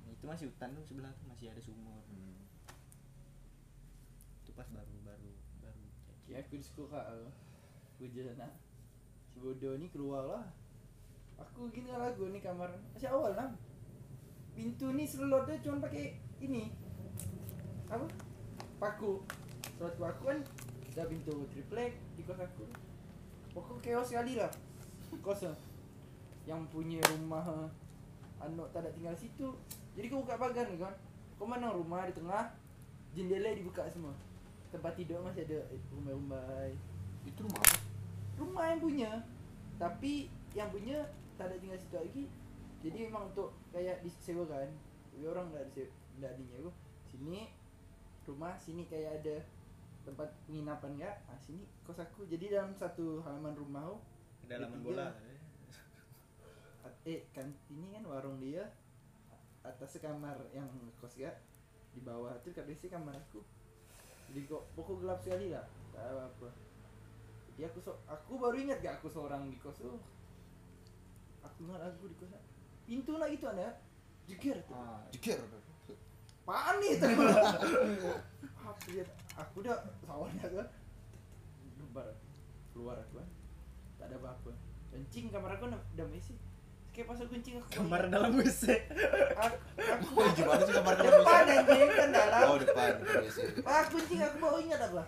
C: itu masih hutan tuh sebelah tuh masih ada sumur
B: hmm.
C: itu pas baru baru baru jadi
A: Ya aku suka lo. Gue jalan ah. Si bodoh ni keluar lah. Aku gini lah gue ni kamar. Masih awal lah. Pintu ni slotnya cuma pakai ini. Apa? Paku. Slot paku kan ada pintu triplek di kos aku. Pokok chaos sekali lah. Kosong. Yang punya rumah anu tak ada tinggal situ. Jadi kau buka pagar ni kan. Kau mana rumah di tengah. Jendela dibuka semua. Tempat tidur masih ada Eh, rumah-rumah
B: itu rumah apa?
A: rumah yang punya tapi yang punya tak ada tinggal situ lagi jadi memang untuk kayak disewakan tapi orang nggak disewa nggak dinyewa sini rumah sini kayak ada tempat penginapan ya ah sini kos aku jadi dalam satu halaman rumah tu,
C: kedalaman
A: Ketiga.
C: bola
A: at- eh kan ini kan warung dia a- atas kamar yang kos ya di bawah itu kan biasanya kamar aku jadi kok pokok gelap sekali lah tak apa apa jadi aku so aku baru ingat gak aku seorang di kos tuh aku ingat aku di kos pintu lah itu ada jeger tuh
C: ah
B: Jikir.
A: panik terus aku lihat aku udah sawahnya kan lebar keluar aku kan tak ada apa-apa kencing kamar aku udah udah mesi kayak pas aku kencing aku
C: kamar dalam WC
A: aku, aku
B: Wah, gimana sih kamar dalam
A: depan
B: WC?
A: anjing kan dalam
B: Oh, depan, depan WC.
A: ah kencing aku mau ingat apa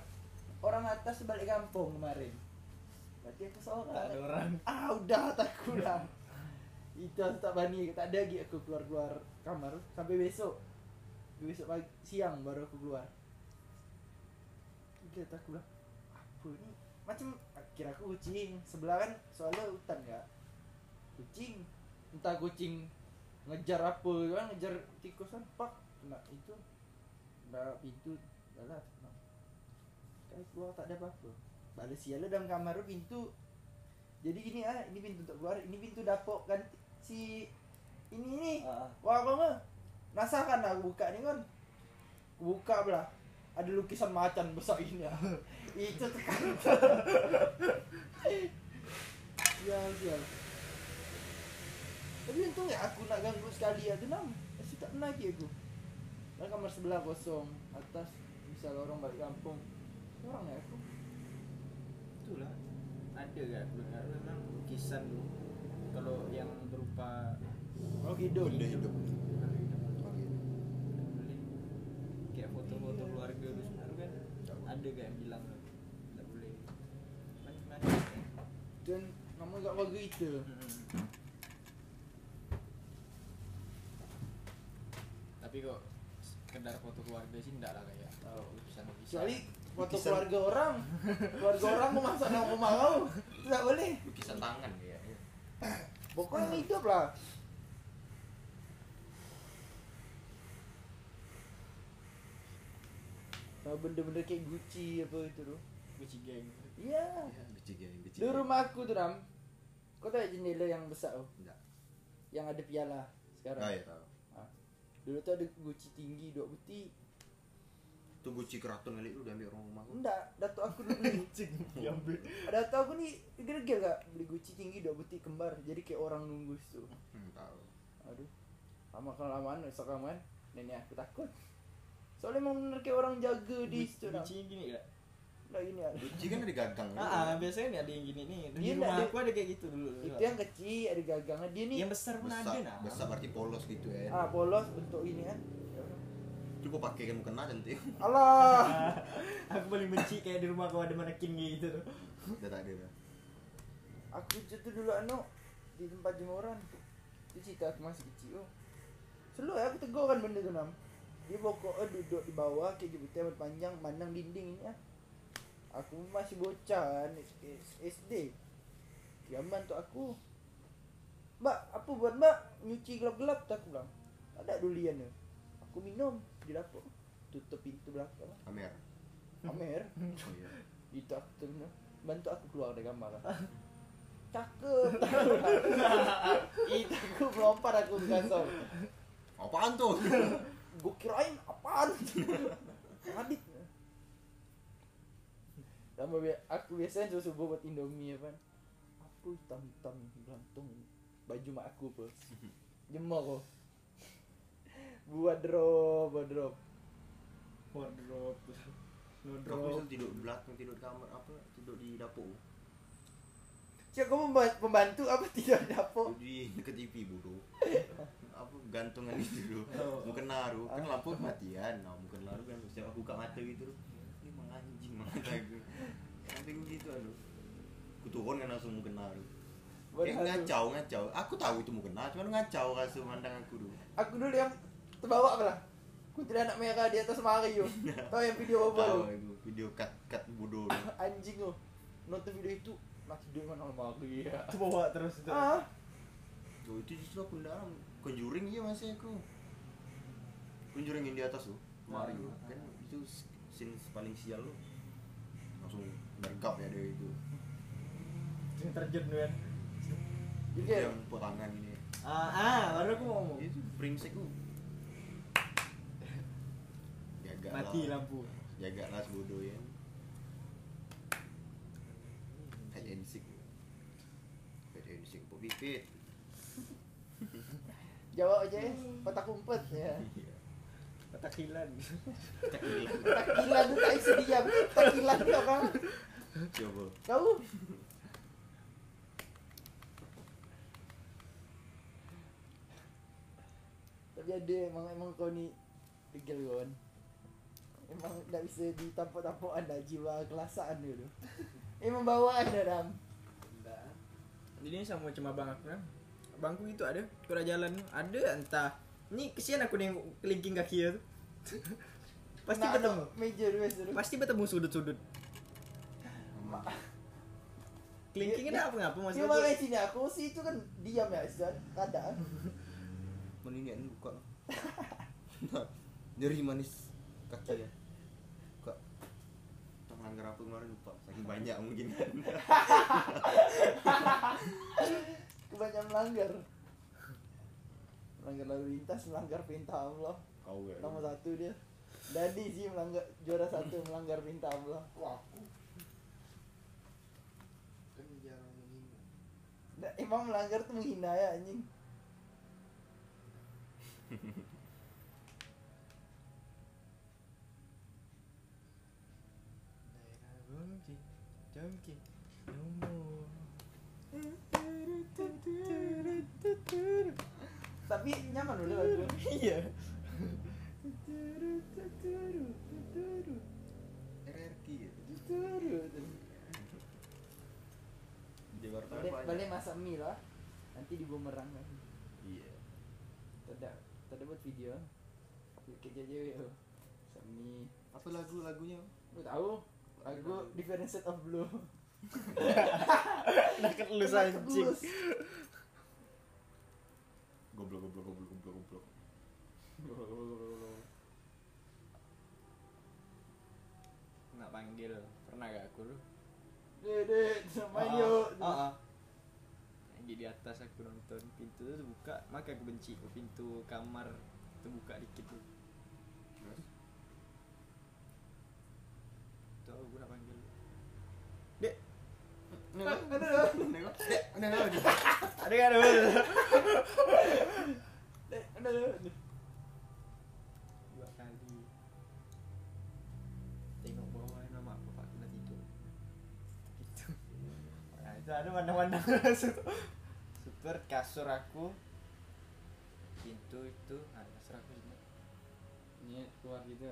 A: orang atas balik kampung kemarin berarti aku
C: tak ada
A: seorang
C: orang
A: ah udah takut lah itu aku tak berani tak ada lagi aku keluar keluar kamar sampai besok Sampai besok pagi siang baru aku keluar gila takut lah apa ni macam kira aku kucing sebelah kan soalnya hutan ya kucing entah kucing ngejar apa kan ngejar tikus kan pak kena itu kena pintu dah lah kena. Kali keluar tak ada apa-apa Balik sial lah dalam kamar tu pintu jadi gini ah, ini pintu untuk keluar, ini pintu dapur kan si ini ni.
C: Ah.
A: Wah, kau mah. Nasa kan aku buka ni kan. Aku buka pula. Ada lukisan macan besar ini ah. Itu kan. tekan. ya, ya. Tapi untung ya aku nak ganggu sekali ya tu nam. Masih tak pernah lagi aku. Dan kamar sebelah kosong, atas bisa orang balik kampung. Orang ya aku.
C: itulah ada gak benar memang lukisan tuh kalau yang berupa
A: Orang hidup.
B: Benda hidup.
C: kayak foto-foto keluarga terus baru kan ada gak yang bilang nggak boleh Mana-mana.
A: Dan kamu gak bagi itu.
C: Mm-mm. tapi kok sekedar foto keluarga sih enggak lah kayak
A: Oh.
C: lukisan lukisan
A: Kecuali foto
B: Lukisan.
A: keluarga orang. Keluarga orang mau masak nama rumah kau. Tidak boleh.
B: Lukisan tangan ya.
A: pokoknya hidup lah Nah, benda-benda kayak Gucci apa itu tuh
C: Gucci gang
A: iya
B: Becik ya,
A: di
B: becik.
A: rumah aku tuh ram kau tahu jendela yang besar tuh
B: Enggak.
A: yang ada piala sekarang
B: Ah, ya tahu.
A: dulu tuh ada Gucci tinggi dua putih
B: Itu Gucci keraton kali lu udah ambil orang rumah gua.
A: enggak datuk aku dulu beli
C: diambil
A: datuk aku nih gregel gak beli Gucci tinggi dua putih kembar jadi kayak orang nunggu situ
B: Hmm, tahu.
A: aduh lama kelamaan besok kan nenek aku takut soalnya emang bener kayak orang jaga di situ ram
C: Gucci yang gini gak?
A: Lah gini ada
B: Gucci kan ada gagang. lu.
C: Ah, ah, biasanya nih ada yang gini nih. Di
A: Iya,
C: rumah
A: ada-
C: aku ada kayak gitu dulu.
A: itu yang kecil ada gagangnya dia nih
C: yang besar pun ada
B: besar,
C: nah.
B: besar berarti polos gitu ya.
A: ah polos bentuk ini kan
B: Coba pakai kamu kena cantik.
A: Allah
C: Ah, aku paling benci kayak di rumah aku ada manekin gitu.
B: Udah tak ada. dah.
A: aku itu dulu anu di tempat jemuran itu cerita aku masih kecil oh. selalu ya aku tegur kan benda tu nam dia pokoknya duduk di bawah kayak jemputan panjang mandang dinding ni ah. aku masih bocah kan S- SD kiaman tu aku mbak apa buat mbak nyuci gelap-gelap tu aku bilang tak ada dulian tu aku minum di dapur tutup pintu belakang
B: Kamera.
A: Amer
B: Oh iya.
A: itu aku tu minum bantu aku keluar dari kamar lah cakep itu aku melompat aku di kasur
B: Apaan tuh?
A: gue kirain apaan Adit Lama bi- aku biasanya suruh subuh buat indomie apa Apa hitam-hitam belantung Baju mak aku apa Jemur kok Buat drop, buat drop
C: Wardrobe. No
B: Kamu bisa
C: drop.
B: tidur di belakang, tidur di kamar, apa? Tidur di dapur.
A: Cik kau memba- membantu apa tidak di dapur
B: Tidur di dekat TV bodoh. apa gantungan itu lu.
A: Oh.
B: Mau kena lu.
A: Ah.
B: Kan lampu matian. Nah, mau kena lu kan setiap aku buka mata gitu lu. Ini emang anjing mata aku. Sampai gue gitu lu. Aku turun kan langsung mau kena lu.
A: Buat
B: Eh,
A: hantu.
B: ngacau, ngacau. Aku tahu itu mau kena, cuman ngacau rasa mandang aku dulu.
A: Aku dulu yang terbawa apa lah Kuntilanak merah di atas Mario Tau yang video apa
B: Tahu
A: lu
B: aku video cut cut bodoh lu.
A: Anjing lu Nonton video itu Masih dia mana Mario
C: Itu bawa terus itu.
A: Ah
B: Oh, itu justru aku dalam Conjuring iya masih aku. Conjuring yang di atas tuh, Mario.
C: Ah.
B: Kan itu s- scene paling sial lu. Langsung bergap ya dari itu.
C: Yang terjun kan.
A: Jadi
B: Itu
A: ya,
B: yang potongan ini.
C: Ah, ah, baru aku mau ngomong.
B: Itu brengsek lu. Jaga
C: Mati lampu.
B: Jaga lah bodoh ya. Hide and seek. Hide and seek Bobby Fit.
A: Jawab aja ya, kotak umpet ya.
C: Petakilan.
B: Takilan.
A: Takilan tu tak kan? isi diam, takilan tu apa?
B: Coba.
A: Kau? Tapi ada emang emang kau ni degil kawan. Emang tak bisa ditampuk-tampukan dah jiwa kelasaan dulu. Emang bawaan dah dam.
C: Jadi ini sama macam abang aku kan. Abangku gitu ada, kurang jalan ada entah. Ni kesian aku nengok kelingking kaki dia tu. Pasti
A: Nak
C: bertemu.
A: anak Meja dulu seru.
C: Pasti bertemu sudut-sudut. Kelingking
A: Dia-
C: ada apa ngapa
A: Dia
C: maksudnya?
A: makan sini aku si itu kan diam ya Izan. Kadang.
B: Mendingan buka. Nyeri manis kaki ya. Buka. Tong langgar apa kemarin lupa. Saking banyak mungkin.
A: kebanyakan melanggar melanggar lalu lintas melanggar perintah Allah
B: Kau ya.
A: nomor satu dia Dadi sih melanggar juara satu melanggar perintah Allah
E: Wah, aku kan jarang menghina.
A: nah, emang melanggar tuh menghina ya anjing tapi nyaman dulu lagu
C: Iya.
B: RRQ ya. Jakarta
A: balik
B: banyak.
A: balik masak mie lah nanti di bumerang kan
B: Iya.
A: tidak tidak buat video kerja jauh ya semi
B: Apa lagu lagunya?
A: lu tahu lagu different set of blue
C: Nak lu
A: Kena
C: anjing.
A: kebus.
C: nak panggil pernah gak aku lu
A: Dedek, sama
C: Ah,
A: yuk.
C: ah, ah. lagi di atas aku nonton pintu tu terbuka maka aku benci oh, pintu kamar terbuka dikit tu
B: Terus?
C: tu aku nak panggil dek
B: Udah tahu dia.
C: ada gak ada
A: Dek, udah, udah, udah.
C: dua kali tengok bawah nama aku pak kena tidur gitu nah, itu ada mana-mana super kasur aku pintu itu nah, kasur aku juga
A: Ini keluar gitu.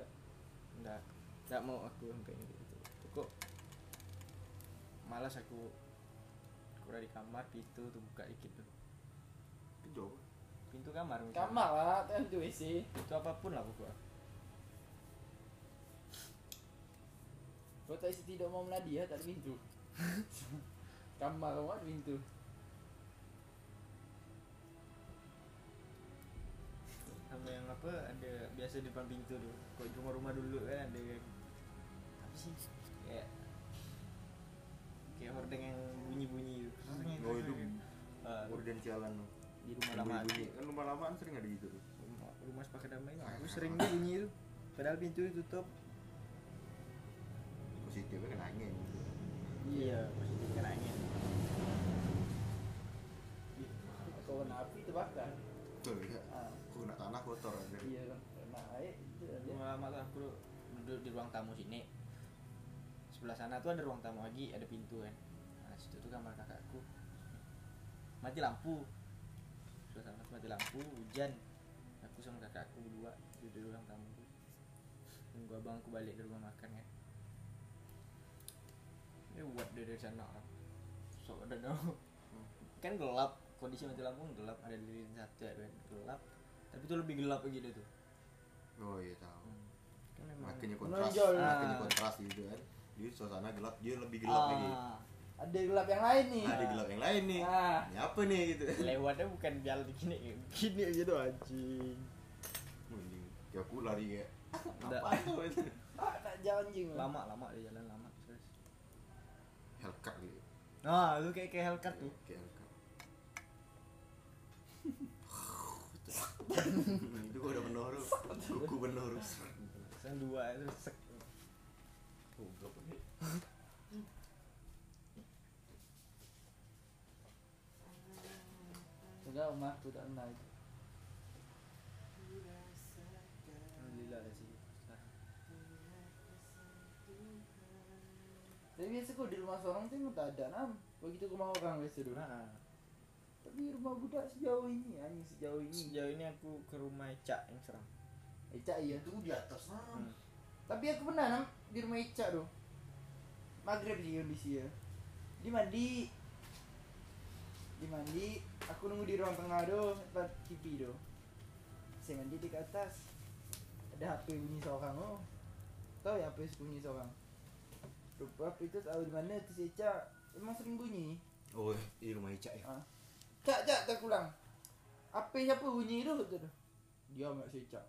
C: nggak nggak mau aku sampai gitu cukup malas aku kurang di kamar pintu tuh buka dikit dulu
B: Kejauh.
C: pintu kamar misalnya.
A: Kamar lah, kan tuh isi.
C: pintu apapun lah pokoknya
A: Kau tak isi tidak mau meladi ya, tak ada pintu. Kamar kau ada pintu.
C: sama yang apa ada biasa depan pintu tu kau di rumah-rumah dulu kan ada apa sih kayak kayak hordeng yang bunyi-bunyi tu
B: Oh, itu
C: Ah,
B: Orden sialan tuh.
C: di rumah lama aku
B: Bunyi-bunyi. Kan rumah lamaan sering ada gitu tuh.
C: rumah, rumah sepakat damai tu, aku sering dia bunyi tu padahal pintu dia tutup
B: Positifnya kan angin.
C: iya positif kan angin
A: Kau kena api terbakar.
B: Betul ya.
A: Ah,
B: Kau nak tanah kotor aja.
A: iya kan. Kena air, itu aja.
C: rumah lama tu aku duduk di ruang tamu sini sebelah sana tu ada ruang tamu lagi ada pintu kan nah, situ tu kamar kakakku mati lampu sebelah sana tu mati lampu hujan aku sama kakakku berdua duduk di ruang tamu tu tunggu abang aku balik dari rumah makan kan dia buat dia dari sana so ada tahu kan gelap kondisi mati lampu kan gelap ada lilin satu ada gelap tapi tu lebih gelap lagi dia tu
B: Oh iya tahu.
C: kan memang
B: Makanya kontras.
A: Menonjol.
B: Makanya
C: Ah.
B: kontras gitu kan. Dia suasana gelap, dia lebih gelap lagi.
C: Ah,
A: Ada gelap yang lain nih.
B: Ada
C: Ya.
B: gelap yang lain nih.
A: Ah,
B: Ini apa nih gitu.
C: lewatnya bukan biar gini gini gitu anjing
B: Anjing. Ya aku lari ya.
C: Nggak.
B: Apa tuh itu?
A: ah, nak jalan jing.
C: lama lama dia jalan lama terus
B: Hellcat gitu.
C: nah lu Ah, kayak kayak Hellcat tuh
B: Kayak Hellcat. itu gua udah menorup kuku menorup
C: Sen dua itu sek
B: Goblok.
A: Sudah rumah aku tak kenal itu.
C: alhamdulillah ada sih Sekarang.
A: Tapi biasa kau di rumah seorang tu memang tak ada nam. Begitu ke rumah orang biasa dulu.
C: nah
A: Tapi rumah budak sejauh ini, anjing sejauh ini.
C: sejauh ini aku ke rumah Ica yang seram
A: Ecak iya.
B: itu di atas sana
C: Hmm.
A: Tapi aku pernah nam di rumah Ica tu. Maghrib sih kondisi ya. Dia mandi. Dia mandi, aku nunggu di ruang tengah tu, depan TV tu. Saya mandi di ke atas. Ada HP bunyi seorang tu. Tahu ya HP bunyi seorang. Rupa HP itu tahu di mana tu si Ica. Emang sering bunyi.
B: oh di rumah Ica ya
A: Cak, cak, tak ulang. Apa siapa bunyi tu? Kata dia. Dia amat saya cak.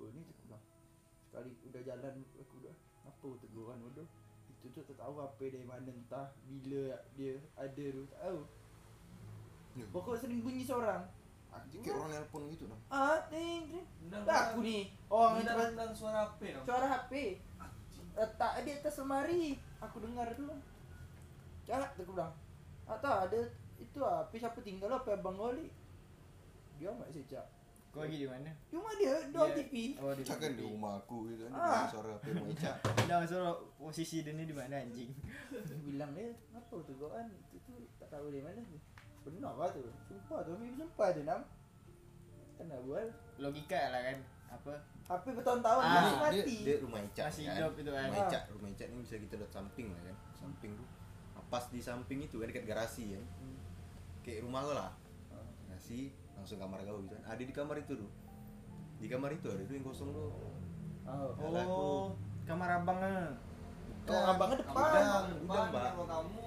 A: Kau ni tak ulang. Sekali udah jalan aku dah. Apa tegur orang bodoh? Itu tu tak tahu apa dari mana entah bila dia ada tu tak tahu.
B: Ya.
A: Pokok sering bunyi seorang.
B: kayak orang nelpon gitu dong
A: Ah, ting, ting.
D: Undang-
A: Tak aku ni. Orang yang
D: undang-
A: cepat
D: undang suara HP dong.
A: suara HP. Letak di atas lemari. Aku dengar dulu. Cak, aku bilang. Ah, tak ada itu ah, HP siapa tinggal lah, apa abang Oli. Dia amat saya cak.
C: kau lagi di mana
A: Cuma dia dua
C: Dia-
A: TV.
C: oh di
B: Ica kan di rumah aku gitu kan di
A: Ah.
B: rumah suara HP rumah Ica
C: Dah suruh Lah, posisi dia ni di mana anjing
A: Aku bilang dia, apa tu kau kan? Itu tu tak tahu dari mana tu. Benar lah tu. Sumpah tu, mimpi sumpah tu nam. Tak nak buat.
C: logika lah kan apa
A: HP bertahun-tahun
C: Ah,
A: masih
B: dia,
A: mati.
B: dia rumah Ica
C: Masih
B: kan
C: hidup itu kan.
B: rumah
A: Ah.
B: Ica rumah Ica ini bisa kita lihat samping lah kan samping tuh Nah, pas di samping itu kan dekat garasi kan
A: Hmm.
B: kayak rumah lo lah
A: Ah.
B: garasi langsung kamar kau gitu kan ada di kamar itu tuh di kamar itu ada tuh yang kosong tuh
A: Oh.
B: Salah aku.
C: oh kamar abang ah
A: Oh, abang ke depan.
B: udang
D: Depan
B: udang mbak
D: kalau kamu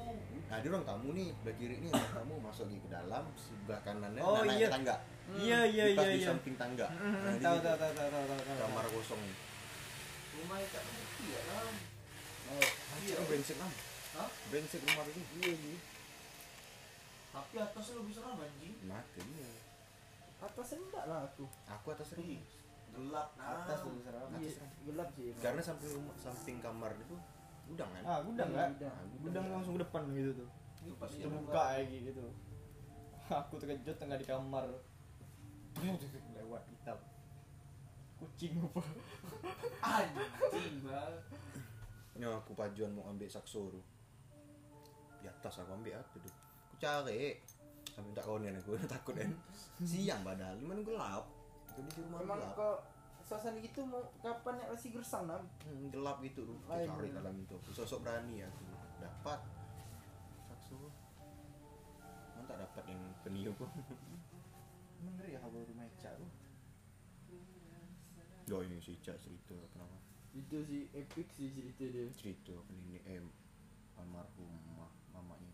B: ada ada ruang tamu nih sebelah kiri nih ruang tamu masuk lagi ke dalam sebelah kanannya
C: Oh,
B: nah, naik
C: iya.
B: tangga
C: Iya iya
B: Di pas
C: iya
B: di
C: iya.
B: samping tangga Nah, di
C: Tahu
B: situ
C: tahu tahu tahu tahu tahu. tahu.
B: kamar kosong
D: Rumah tak berhenti ya kan.
A: Oh,
B: anjir brengsek am
D: Hah?
B: brengsek rumah itu iya iya
D: Tapi atas lebih seram anjing.
B: makanya
A: atas enggak lah aku
B: aku atas rumah
D: Gelap
C: Atas lebih serem.
A: Iya, gelap sih emang.
B: karena samping rumah samping kamar itu udang kan
C: Ah, gudang
D: lah.
C: kan?
A: Gudang.
C: Gudang langsung ke depan gitu tuh.
B: itu pas
C: Itu buka kayak gitu. Aku terkejut tengah di kamar. Lewat hitam. Kucing apa?
D: Anjing bal.
B: Ya, aku pajuan mau ambil sakso tu. Di atas aku ambil apa tu. Aku cari. Sampai tak kawan aku takut kan. Siang padahal, mana gelap. Jadi di rumah
A: emang
B: gelap.
A: kok suasana gitu mau kapan ya masih gersang nam
B: Hmm, gelap gitu tu. Aku
A: Lain.
B: cari dalam itu. Aku sosok berani aku. Dapat sakso. Mana tak dapat yang peniup pun.
C: Emang ngeri ya kalau rumah Eca tuh.
B: Yo ini si Cak cerita apa nama?
A: itu sih epic sih cerita dia
B: Cerita ini eh almarhum mamanya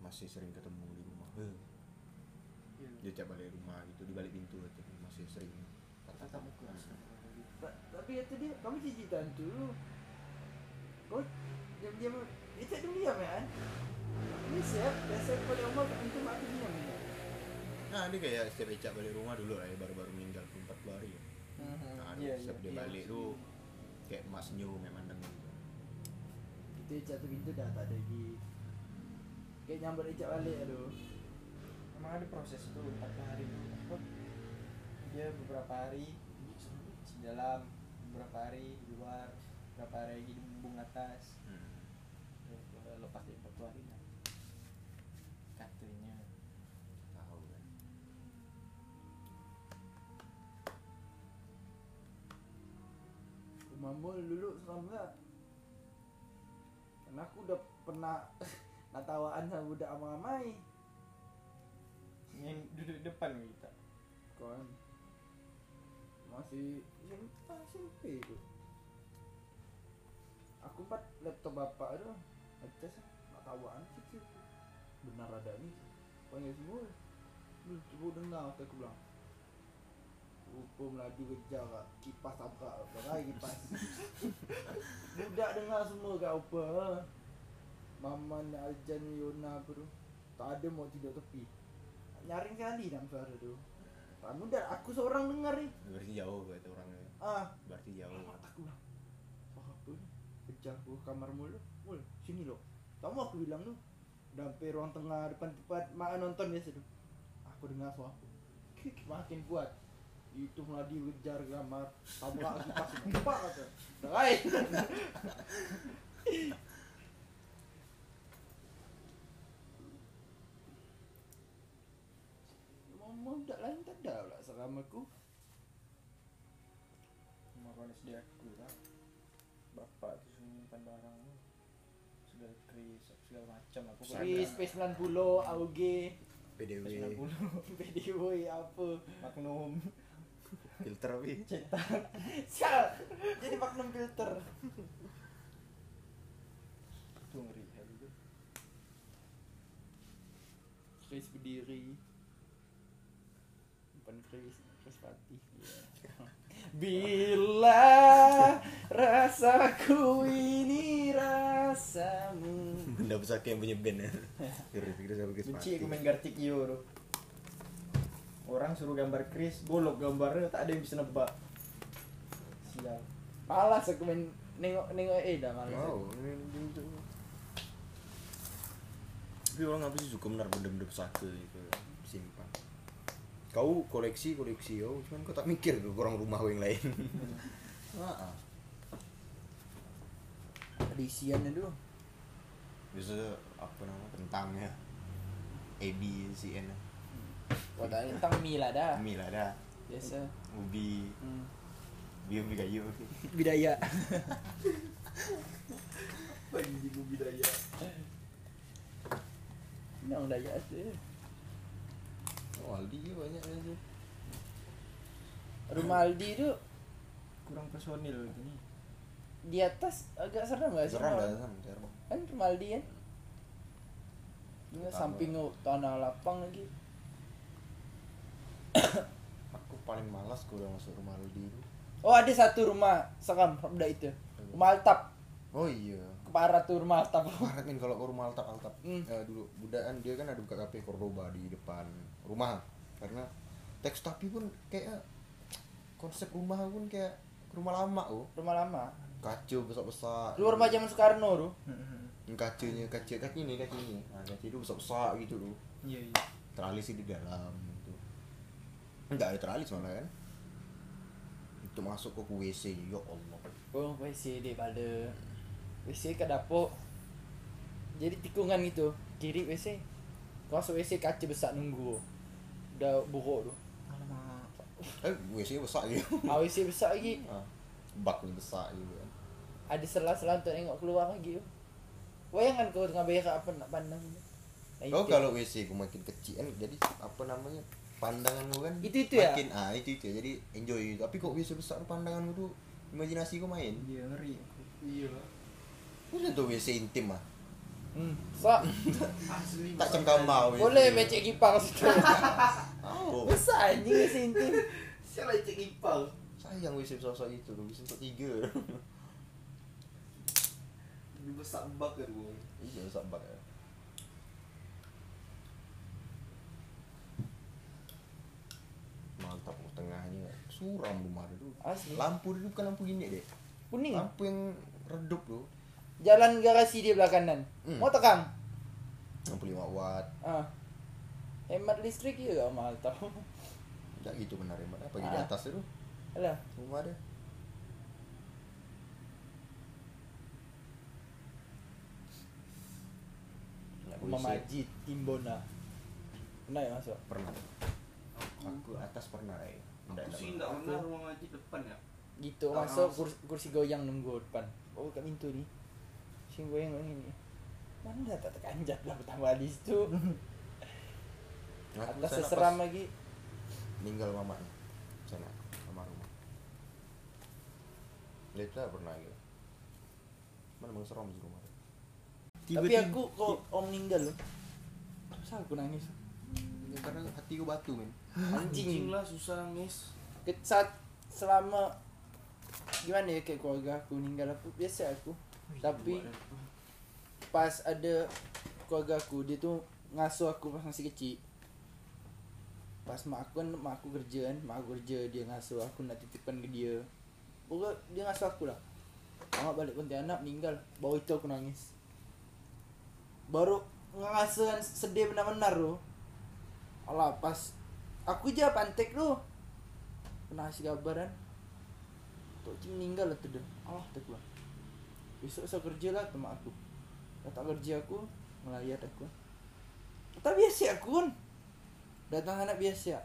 B: masih sering ketemu di rumah. Heh.
C: Ya.
B: dia tiap balik rumah gitu di balik pintu itu masih sering
C: Tatap muka. lah
A: Ta- tapi itu dia kamu cici dulu kau diam diam itu diam ya kan ini siap biasa kau di rumah antum aku diam ya
B: nah dia kayak setiap Ecak balik rumah dulu lah ya baru-baru meninggal tu 40 hari ya.
C: Mhm,
B: nah
C: Iya iya.
B: setiap dia balik tu kayak emak senyum memang dengan
A: itu jatuh pintu dah tak ada lagi kayak nyamber ejak balik lah aduh
C: Emang ada proses itu empat hari itu. Apa? Dia beberapa hari di dalam, beberapa hari di luar, beberapa hari lagi di bumbung atas.
B: hmm.
C: lepas dari foto hari kan katanya
B: tahu kan
A: rumahmu dulu seram gak karena aku udah pernah nak tawaan sama budak amai-amai
C: yang duduk di depan kita
A: kan masih SMP SMP itu aku empat laptop bapak itu ngecas nggak tawaan sih sih benar ada nih panggil semua lu coba dengar kata aku bilang rupa melaju kejar kak kipas tabrak berai kipas budak dengar semua kak rupa Maman Aljan Yona bro tak ada mau tidur tepi nyaring sekali dalam suara tu Kamu dah aku seorang dengar ni.
B: berarti jauh kata orangnya
A: Ah,
B: berarti jauh
A: aku bilang. Wah, apa ni? Kejar aku ke kamar mulu. Mul, sini lo. Tak mau aku bilang tu. Dah sampai ruang tengah depan tempat mak nonton biasa tu. Aku dengar suara aku. Kik, makin kuat. Itu meladi kejar ke kamar. Tabrak kipas nampak kata. Dah lain. Mama tak lain tak ada pula seram aku.
C: rumah kawan SD aku lah bapak tuh suruh nyimpan barang lu. segala kris segala macam lah. aku
B: Sangat.
A: Tapi Space 90, AUG,
B: PDW
C: sembilan puluh
A: PDW apa
C: maknum
B: filter tapi
C: cetak
A: Sial, jadi magnum filter
C: itu ngeri lah kali itu
A: Kris berdiri Bukan Kris, Kris pati Bila rasaku ini rasamu
B: benda besar yang punya band ya kira-kira sampai ke
C: benci aku main gartik yo tuh orang suruh gambar kris golok gambarnya tak ada yang bisa nebak sial
A: Malas aku main nengok nengok eh dah malas aku.
B: wow ini- ini- ini. tapi orang apa sih suka benar benda-benda pusaka gitu simpan kau koleksi koleksi kau cuman kau tak mikir ke orang rumah kau yang lain Ah, ah.
A: Ada isiannya dulu
B: biasa apa nama ya. kentangnya AB CN
A: Kau tak tentang mie lah dah
B: Mie lah dah
A: Biasa
B: ubi
A: hmm.
B: ubi ubi kayu
A: Bidaya
C: bagi di budaya
A: Nang daya tu
B: oh Aldi banyak aja
A: Rumah Aldi tu
C: kurang personil gitu nih
A: di atas agak serem gak sih?
B: seram
A: Mal?
B: dah seram seram
A: Kan rumah Aldi kan? Ini samping tanah lapang lagi.
B: aku paling malas kalau udah masuk rumah Rudi itu
A: Oh ada satu rumah sekam udah itu. Rumah Altap.
B: oh iya
A: Kepara tuh rumah Altap.
B: kemarin kan kalau ke rumah altap altap
A: Hmm.
B: eh, dulu budaan dia kan ada buka kafe Cordoba di depan rumah karena teks tapi pun kayak konsep rumah pun kayak rumah lama oh
A: rumah lama.
B: kacau besar besar
A: Lu rumah zaman Soekarno tuh.
B: kacanya kaca kaca ini kaca ini nah, kaca itu besar besar gitu loh
C: Ya,
F: Iya iya.
B: teralis sih di dalam gitu enggak ada teralis malah kan untuk masuk ke WC ya Allah
A: Oh WC di pada WC ke dapur. Jadi tikungan gitu. Kiri WC. Kau masuk WC kaca besar nunggu. Udah buruk tuh.
F: Alamak.
B: eh WC besar gitu
A: Ah WC besar lagi.
B: Ah, baknya besar gitu kan
A: Ada selah-selah untuk tengok keluar lagi tu. Bayangkan kau tengah berak apa nak pandang. Nah,
B: Oh
A: itu.
B: kalau WC ku makin kecil kan jadi apa namanya pandangan ku kan
A: Itu-itu ya?
B: makin ah itu itu jadi enjoy tapi kok WC besar tu pandangan ku tuh imajinasi ku main
F: Iya ngeri.
D: Iya.
B: itu tuh WC intim ah
A: Hmm. Sok.
D: Asli.
B: tak ah, cengkambau
A: Boleh becek kipang situ.
B: oh,
A: Besar anjing WC intim.
D: Siapa lagi cek ipal?
B: sayang WC besar itu tuh WC untuk tiga
D: Lebih besar bak kan gua.
B: iya ya. besar banget mantap oh, tengahnya suram rumah dia tu
A: Asli.
B: lampu dia tu bukan lampu gini deh
A: Ah, Kuning.
B: lampu yang redup tuh
A: Jalan garasi dia belah kanan.
B: Hmm.
A: Mau tekang.
B: lampu 5 watt
A: Ah. Hemat listrik ya gak mahal tau.
B: Enggak gitu benar ya, Mbak. Apa di
A: Ah.
B: atas itu
A: Alah.
B: rumah ada.
A: Rumah Majid, Timbona. Pernah ya lah. masuk?
B: Pernah. Aku atas pernah ya. Enggak, enggak
D: Aku sih
B: pernah.
D: enggak pernah rumah ngaji depan ya.
A: Gitu
D: Tak
A: masuk
D: masuk.
A: kursi, kursi goyang nunggu depan. Oh kat pintu ni. Sing goyang goyang ni. Mana dah tak terkanjat lah pertama kali situ.
B: Aku
A: Atas
B: sana
A: seseram
B: pas
A: lagi.
B: Ninggal mama nih. Sana sama rumah. Leta pernah gitu. Mana bang seram di rumah. tu?
A: Tapi aku kok om meninggal loh. Terus aku nangis.
B: Ya, karena hati gue batu men.
A: Anjing.
D: lah susah nangis.
A: Ke- saat selama gimana ya kayak keluarga aku meninggal aku biasa aku. Tapi pas ada keluarga aku dia tuh ngasuh aku pas masih kecil pas mak aku kan mak aku kerja kan mak aku kerja dia ngasuh aku nak titipan ke dia pokoknya dia ngasuh aku lah mak balik Pontianak meninggal baru itu aku nangis baru ngerasakan sedih benar-benar tu alah pas aku je lah pantek tu pernah kasih kabar kan Tok Cik meninggal lah tu dah alah tak keluar besok saya kerja lah sama aku kata kerja aku melayat aku kata biasa aku kan datang anak biasa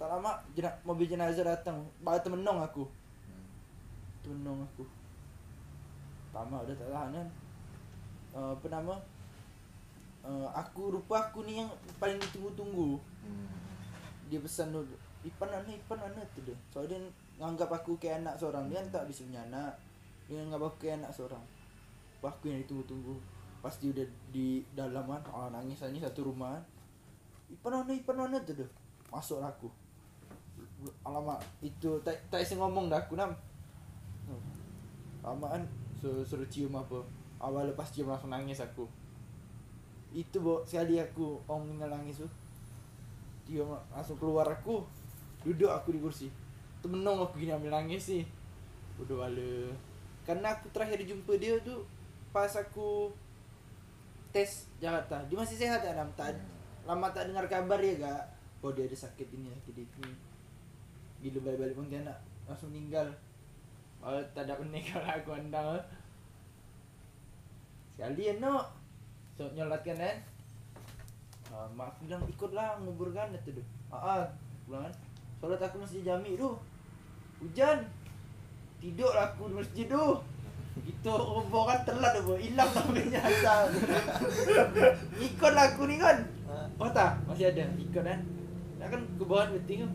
A: tak lama jenak, mobil jenazah datang baru temenong aku
B: Hmm.
A: temenong aku lama udah tak tahan kan Eh, apa nama Eh, aku rupa aku ni yang paling ditunggu-tunggu dia pesan tu "Eh, Ipan mana Ipan mana tu dia Soalnya dia nganggap aku kayak anak seorang Dia kan tak bisa punya anak Dia nganggap aku kayak anak seorang Wah, Aku yang ditunggu-tunggu Pas dia udah di dalam kan ah, Nangis nangis satu rumah kan. Ipan mana Ipan mana tu dia Masuklah aku Alamak Itu tak, tak isi ngomong dah aku nam Lama kan suruh, suruh cium apa Awal lepas cium langsung nangis aku Itu bo, sekali aku Om meninggal nangis tu dia ma- langsung keluar aku duduk aku di kursi temenong aku gini ambil nangis sih udah wala karena aku terakhir jumpa dia tu pas aku tes Jakarta dia masih sehat ya Nam tak lama tak dengar kabar ya gak oh dia ada sakit ini sakit itu gila balik-balik Pontianak langsung meninggal oh tak ada meninggal aku andang sekali ya no so nyolatkan kan Ah, mak aku bilang ikutlah menguburkan itu tu. Ah, ah, aku bilang kan. Solat aku masjid jami tu. Hujan. Tidurlah aku di masjid tu. Itu roboh kan telat tu. Hilang namanya asal. Ikutlah aku ni kan. Oh tak, masih ada. Ikut kan. Nak kan kebahan penting kan.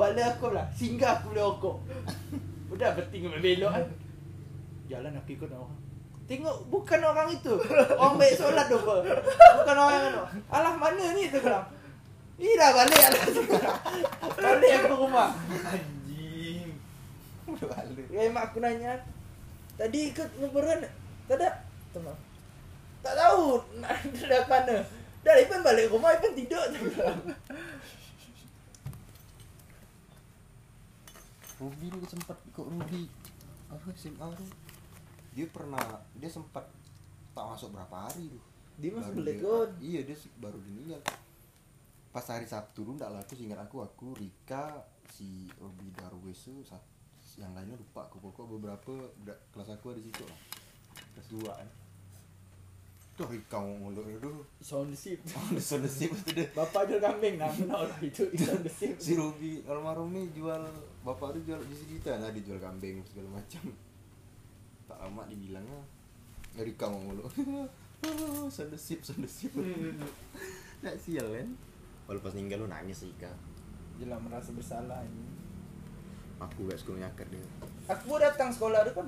A: Bala aku lah. Singgah aku boleh rokok. Udah penting belok kan. Jalan aku ikut orang. Tek, Tengok bukan orang itu. Orang baik solat tu apa? Bukan orang yang anu. Alah mana ni tu bilang. Ih dah balik alah tu bilang. Balik aku rumah.
C: Anjing.
B: Balik.
A: Ya mak aku nanya. Tadi ikut lebaran tak ada. Tengok. Tak tahu nak dah mana. Dah Ipan balik rumah Ipan tidur tu bilang.
B: Ruby dulu sempat ikut Ruby apa SMA tu dia pernah dia sempat tak masuk berapa hari tu
A: Dia masih
B: Baru
A: balik lah.
B: dia-
A: kot.
B: iya dia se- baru dia meninggal pas hari Sabtu tu tak laku seingat aku aku Rika si Ruby Darwis tu sat- yang lainnya lupa aku pokok beberapa budak kelas aku ada situ lah kelas dua
C: eh.
B: kan tuh Rika ngolok dia tu
A: Sound sip.
B: sound nasib tu dia
A: Bapak dia kambing nak nak orang itu sound sip.
B: si Ruby almarhum ni jual bapak dia jual di sekitar lah dia jual kambing segala macam tak lama dibilang lah dari kamu mulu oh, sandesip sandesip tak sial kan
C: Hmm. Kalau pas ninggal lu nangis sih kak.
A: Jelah merasa bersalah ini.
C: Aku gak suka nyakar dia.
A: Aku datang sekolah tu kan.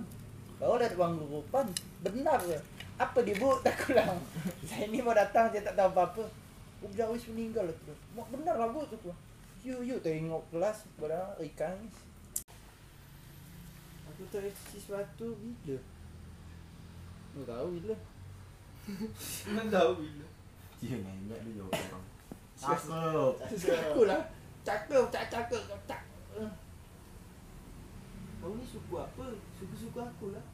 A: Kau dah bang guru pan. Benar ke? Apa dia bu? Tak ulang. Saya ni mau datang saya tak tahu apa-apa. Udah wis meninggal lah tu. Mak benar lah bu tu ku. Yu yu tengok kelas pada ikan. Aku tak sesuatu bila. Lu tahu bila?
G: Mana tahu bila.
C: Dia nanya dia jawab orang.
A: Cakep. Cakep lah. Cakep, cak cakep, cak cak.
G: Kau ni suku apa? Suku-suku aku lah.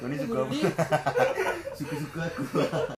C: Kau ni suka apa? Suka-suka aku.